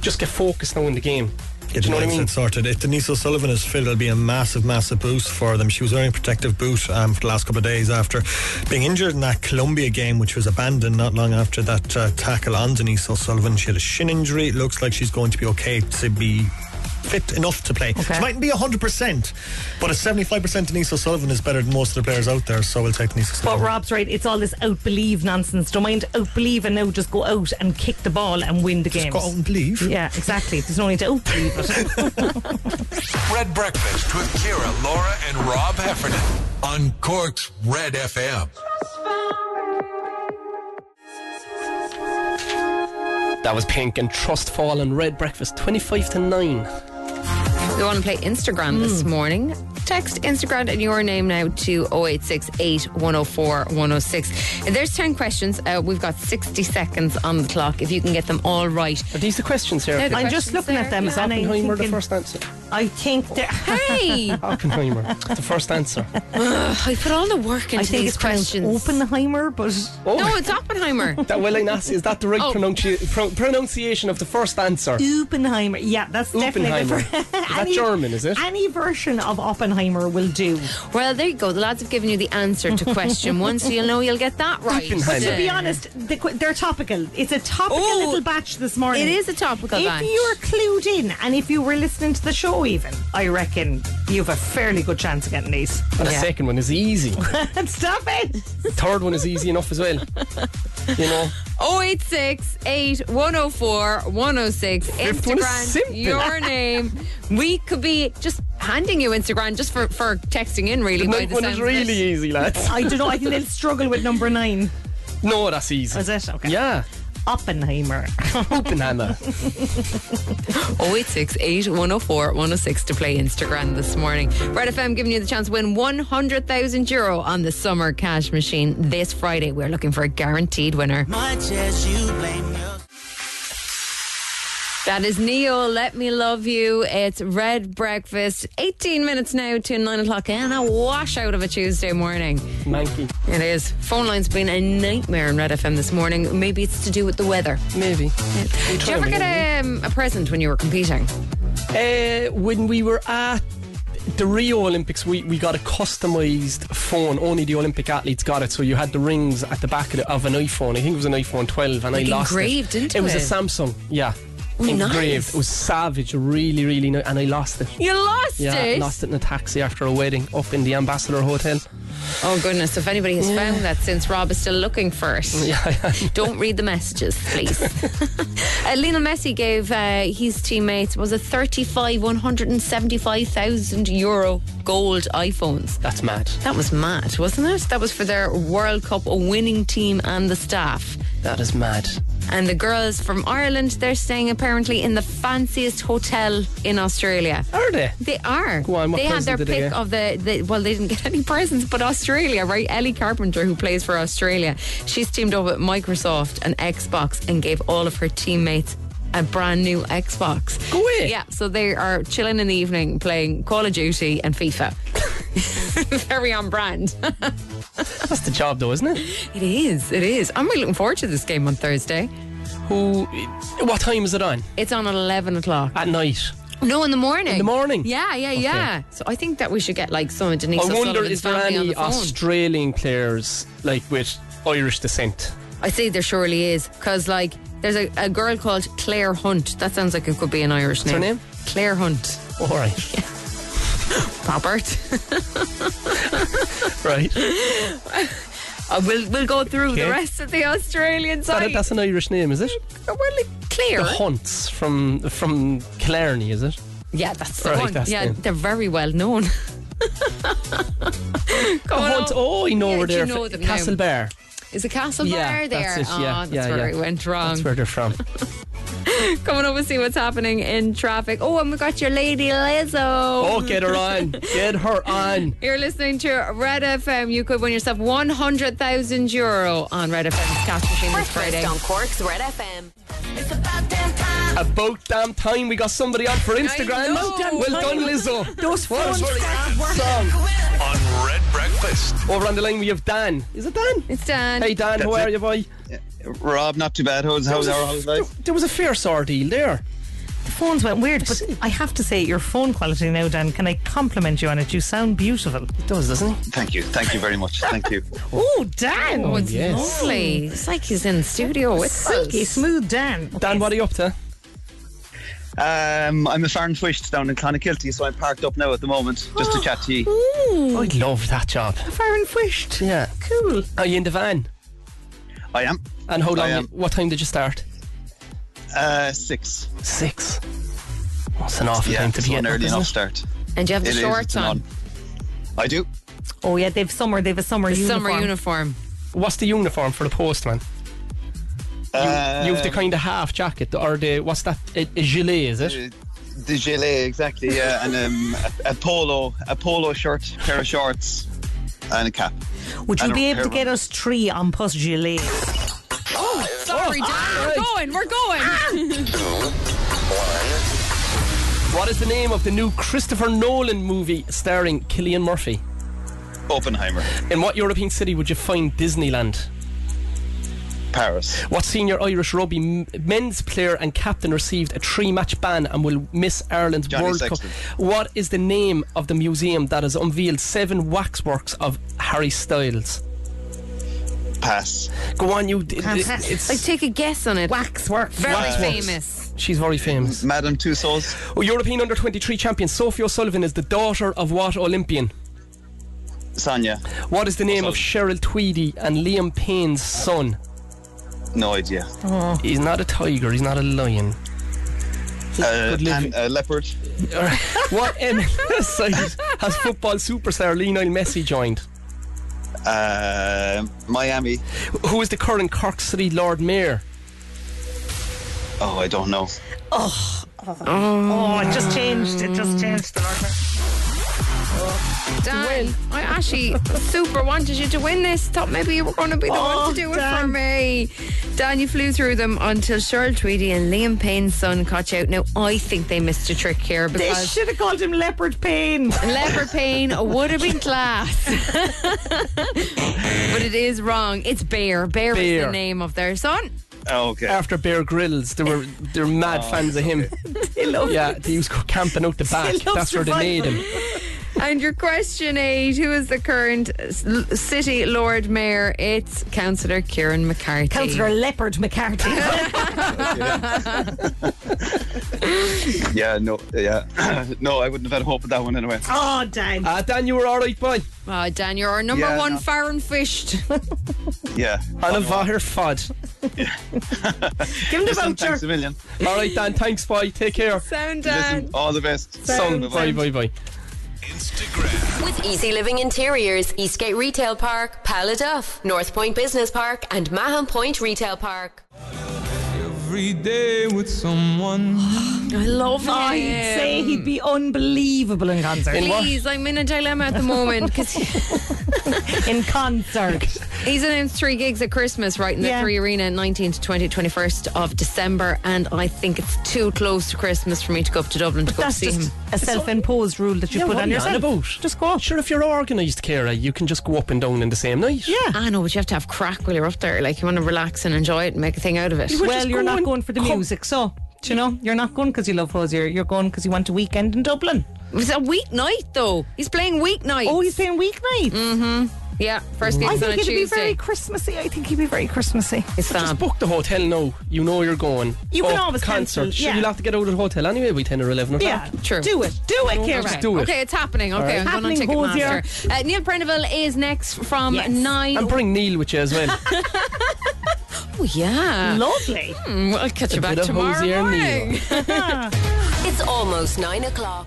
D: just get focused now in the game.
H: Get
D: Do you know what I
H: mindset
D: mean?
H: sorted. If Denise O'Sullivan is fit, it'll be a massive, massive boost for them. She was wearing a protective boot um, for the last couple of days after being injured in that Colombia game, which was abandoned not long after that uh, tackle on Denise O'Sullivan. She had a shin injury. It looks like she's going to be okay to be fit enough to play. She mightn't be 100%, but a 75% Denise O'Sullivan is better than most of the players out there, so we'll take Denise
C: But
H: O'Sullivan.
C: Rob's right. It's all this outbelieve nonsense. Don't mind outbelieve and now just go out and kick the ball and win the game.
H: Go out and believe.
C: Yeah, exactly. There's no need to outbelieve it.
G: Red Breakfast with Kira, Laura, and Rob Heffernan on Cork's Red FM.
D: That was Pink and Trust Fall and Red Breakfast, 25 to 9.
B: We want to play Instagram
C: Hmm.
B: this morning. Text Instagram and your name now to 0868 104 106. And there's 10 questions. Uh, we've got 60 seconds on the clock. If you can get them all right.
D: Are these the questions here?
B: Now the
D: Oppenheimer,
C: I'm just
B: questions
C: looking
B: there.
C: at them, and I'm
D: Oppenheimer, the
C: thinking,
D: first answer.
C: I think they're.
B: Hey!
D: Oppenheimer, the first answer.
B: I put all the work into
C: I think
B: these
C: it's pronounced
B: questions.
C: Oppenheimer, but
D: Oh,
B: No, it's Oppenheimer.
D: that will I not? Is that the right
B: Oh.
D: pronunci- pro- pronunciation of the first answer?
C: Oppenheimer. Yeah, that's definitely
D: Oppenheimer. Is
C: the first.
D: that German, is it?
C: Any version of Oppenheimer will do.
B: well, there you go. The lads have given you the answer to question one, so you'll know you'll get that right.
D: Oppenheimer.
C: To be honest, the, qu- they're topical. It's a topical
B: Oh,
C: little batch this morning.
B: It is a topical
C: If
B: batch.
C: you were clued in and if you were listening to the show, even, I reckon you have a fairly good chance of getting these.
D: And the
B: Yeah.
D: second one is easy.
C: And stop it!
D: The third one is easy enough as well. You know,
B: 086 104 106.
D: Fifth one
B: Instagram,
D: is simple.
B: your name. We could be just handing you Instagram just for, for texting in, really. by
D: ninth
B: the
D: one
B: sounds
D: is
B: of it.
D: really easy, lads.
C: I don't know. I think they'll struggle with number nine.
D: No, that's easy.
C: Is it? Okay.
D: Yeah,
C: Oppenheimer.
D: Oppenheimer.
B: 086 104 106 to play Instagram this morning. Red FM giving you the chance to win 100,000 euro on the summer cash machine this Friday. We're looking for a guaranteed winner.
F: Much as you blame yourself.
B: That is Neil. Let me love you. It's Red Breakfast. 18 minutes now to 9 o'clock and a washout of a Tuesday morning.
D: Manky.
B: It is. Phone lines been a nightmare in Red FM this morning. Maybe it's to do with the weather.
D: Maybe.
B: Did you ever get a, um, a present when you were competing?
D: Uh, when we were at the Rio Olympics, we, we got a customized phone. Only the Olympic athletes got it. So you had the rings at the back of, the, of an iPhone. I think it was an iPhone 12, and
B: Like
D: I lost
B: engraved
D: it.
B: into
D: was
B: it?
D: a Samsung. Yeah.
B: Oh,
D: engraved.
B: nice.
D: It was savage. Really, really nice. And I lost it.
B: You lost
D: Yeah,
B: it.
D: lost it in a taxi after a wedding up in the Ambassador Hotel.
B: Oh goodness! If anybody has found that since Rob is still looking for it, don't read the messages, please. uh, Lionel Messi gave uh, his teammates was a thirty-five one hundred and seventy-five thousand euro gold iPhones.
D: That's mad.
B: That was mad, wasn't it? That was for their World Cup winning team and the staff.
D: That is mad.
B: And the girls from Ireland, they're staying apparently in the fanciest hotel in Australia.
D: Are they?
B: They are.
D: Go on, what
B: they had
D: present
B: their
D: did they
B: pick
D: get?
B: of the, the. Well, they didn't get any presents, but Australia, right? Ellie Carpenter, who plays for Australia, she's teamed up with Microsoft and Xbox and gave all of her teammates a brand new Xbox.
D: Go away.
B: Yeah, so they are chilling in the evening playing Call of Duty and FIFA. Very on brand.
D: That's the job, though, isn't it?
B: It is. It is. I'm really looking forward to this game on Thursday.
D: Who? What time is it on?
B: It's on at 11 o'clock.
D: At night.
B: No, in the morning. In
D: the morning?
B: Yeah, yeah, yeah. So I think that we should get like some of Denise
D: I wonder
B: O'Sullivan's
D: is there
B: family on the
D: any
B: phone.
D: Australian players like with Irish descent?
B: I say there surely is because like there's a, a girl called Claire Hunt. That sounds like it could be an Irish name.
D: her name?
B: Claire Hunt.
D: All right,
B: Robert.
D: right.
B: I will Uh, we'll go through the
D: Okay.
B: rest of the Australian
D: That-
B: side. Uh,
D: that's an Irish name, is it?
B: well, like, Claire.
D: The Hunts from from Killarney, is it?
B: yeah, that's the
D: Right,
B: one.
D: that's
B: yeah,
D: them.
B: they're very well known. Come on.
D: Hunt. Oh, I know
B: Yeah,
D: where
B: do you
D: they're
B: know
D: from.
B: them now?
D: Castlebar.
B: Is the castle
D: Yeah,
B: bar there?
D: that's it, yeah,
B: oh, that's
D: yeah,
B: where
D: yeah.
B: it went wrong.
D: That's where they're from.
B: Um, Coming over, see what's happening in traffic. Oh, and we got your lady Lizzo.
D: oh, get her on. Get her on.
B: You're listening to Red FM. You could win yourself 100,000 euro on Red FM's cash machine this Friday.
A: Breakfast on Cork's Red FM.
D: About damn time we got somebody on for Instagram.
B: know. About damn
D: Well done, Lizzo. Those what a great song.
G: on Red Breakfast.
D: Over on the line we have Dan. Is it Dan?
B: It's Dan.
D: Hey Dan, how
I: That's
D: are
I: it.
D: you, boy?
I: Rob, not too bad. How's how's our how's life?
D: There was a fierce ordeal there.
C: The phones went weird, but I have to say, your phone quality now, Dan, can I compliment you on it? You sound beautiful.
D: It does, doesn't it?
I: Thank you, thank you very much. Thank you.
C: Oh, Dan!
B: Oh, it's
D: yes.
B: lovely. It's like he's in the studio with
C: Silky
B: us.
C: smooth Dan.
D: Dan, what are you up to?
I: Um, I'm a Farn Twist down in Clonakilty, so I'm parked up now at the moment just to chat to you.
D: I'd love that job.
C: Far and fished.
D: Yeah.
C: Cool.
D: Are you in the van?
I: I am
D: And how
I: I
D: long?
I: am.
D: What time did you start?
I: uh, six.
D: Six. That's an awful
I: Yeah,
D: time to
I: it's
D: be
I: an
D: getting up,
I: early
D: isn't
I: enough
D: it?
I: start.
B: And you have the
I: It is,
B: shorts
I: it's an
B: on.
I: I do.
C: Oh, yeah, they've summer. They've a summer uniform.
B: Summer uniform.
D: What's the uniform for the postman?
I: Uh,
D: you have the kind of half jacket, or the what's that? A, a gilet, is it?
I: Uh, The gilet, exactly. Yeah, and um, a, a polo, a polo shirt, pair of shorts, and a cap.
C: Would
I: I
C: you
I: don't
C: be able to
I: care
C: get us three on Puss Gilet?
B: Sorry,
I: Oh,
B: Dan. We're going. We're going.
D: What is the name of the new Christopher Nolan movie starring Killian Murphy?
I: Oppenheimer,
D: In what European city would you find Disneyland?
I: Paris.
D: What senior Irish rugby m- men's player and captain received a three-match ban and will miss Ireland's
I: Johnny
D: World
I: Sexton.
D: Cup? What is the name of the museum that has unveiled seven waxworks of Harry Styles?
I: Pass.
D: Go on, you. d- d-
C: Fantastic.
D: it's-
B: Like, take a guess on it.
C: Waxwork.
B: Very
D: Waxworks.
B: famous.
D: she's very famous.
I: Madame Tussauds,
D: Oh, European under 23 champion Sophie O'Sullivan is the daughter of what Olympian?
I: Sonia.
D: What is the name of Cheryl Tweedy and Liam Payne's son?
I: No idea.
D: He's not a tiger, he's not a lion.
I: Uh,
D: Good living.
I: pan, uh, leopard.
D: What MLS side has football superstar Lionel Messi joined?
I: Uh, Miami.
D: Who is the current Cork City Lord Mayor?
I: Oh, I don't know.
C: Oh, it just changed. It just changed. The Lord Mayor.
B: Dan, I actually super wanted you to win this. Thought maybe you were going to be the one
C: Oh,
B: to do it for
C: Dan.
B: me. Dan, you flew through them until Cheryl Tweedy and Liam Payne's son caught you out. Now, I think they missed a trick here
C: They
B: because
C: should have called him Leopard Pain.
B: leopard pain would have been class. but it is wrong. It's Bear. Bear, is
D: Bear.
B: the name of their son.
I: Oh, okay.
D: After Bear Grylls, they were they're mad
C: Oh,
D: fans of him.
C: They love
D: Yeah, they used to go camping out the back.
C: love
D: That's where they made
C: survival.
D: him.
B: And your question eight Who is the current s- l- city Lord Mayor? It's Councillor Kieran McCarthy.
C: Councillor Leopard McCarthy.
I: Yeah, no, yeah. no, I wouldn't have had hope of that one anyway.
C: oh,
I: Uh,
C: damn.
D: Ah, Dan, you were all right, boy.
B: Oh, Dan, you're our number
I: Yeah,
B: one
I: no.
B: foreign fished.
I: Yeah.
D: And a Vahir Fod.
C: Give him the
I: Listen,
C: voucher.
I: thanks a million.
D: All right, Dan, thanks, boy. Take care.
B: Sound
I: Listen,
B: Dan.
I: all the best.
D: Song.
I: Bye-bye.
D: Bye, bye, bye.
G: Instagram.
A: With Easy Living Interiors, Eastgate Retail Park, Paladuff, North Point Business Park, and Mahon Point Retail Park.
F: Every day with someone.
B: I love
C: Oh, I'd
B: him.
C: say he'd be unbelievable in concert.
D: In what?
B: Please, I'm in a dilemma at the moment because
C: in concert.
B: he's announced three gigs at Christmas, right? In the
C: Yeah.
B: Three Arena, 19th, 20th, 21st of December. And I think it's too close to Christmas for me to go up to Dublin to go
C: That's
B: see
C: just
B: him.
C: a self-imposed rule that you
D: Yeah,
C: put
D: what
C: on
D: are you on
C: yourself.
D: about?
C: Just go.
D: Sure, if you're organised, Kara, you can just go up and down in the same night.
C: Yeah.
B: I know, but you have to have crack while you're up there. Like, you want to relax and enjoy it and make a thing out of it.
D: would-
C: Well,
D: just
C: you're
D: go
C: not
D: and
C: going for the
D: come.
C: music, so do you know you're not going because you love Hosier. You're going because you want a weekend in Dublin.
B: It's a weeknight, though. He's playing weeknight.
C: Oh, he's playing weeknights.
B: yeah, first game's
C: I
B: on
C: think
B: Mm, a
C: he'd be
B: Tuesday.
C: very Christmassy. I think he'd be very Christmassy.
B: it's
D: Just
B: fab.
D: book the hotel now. You know you're going.
C: You can
D: Oh,
C: always
D: concert.
C: cancel,
D: Sure,
C: yeah.
D: you'll have to get out of the hotel anyway by ten or eleven o'clock.
C: Yeah,
B: True.
C: Do it. Do it, Kira.
D: Just do it.
B: Okay, it's happening. Okay,
D: right.
B: I'm going on
C: Happening, Hosier.
B: Ticketmaster. Uh, Neil Prendeville is next from
C: Yes.
B: nine.
D: And bring Neil with you as well.
B: oh, yeah.
C: Lovely.
B: Mm, I'll catch you back
D: bit of
B: tomorrow
D: Hosier Neil.
B: morning.
A: It's almost nine o'clock.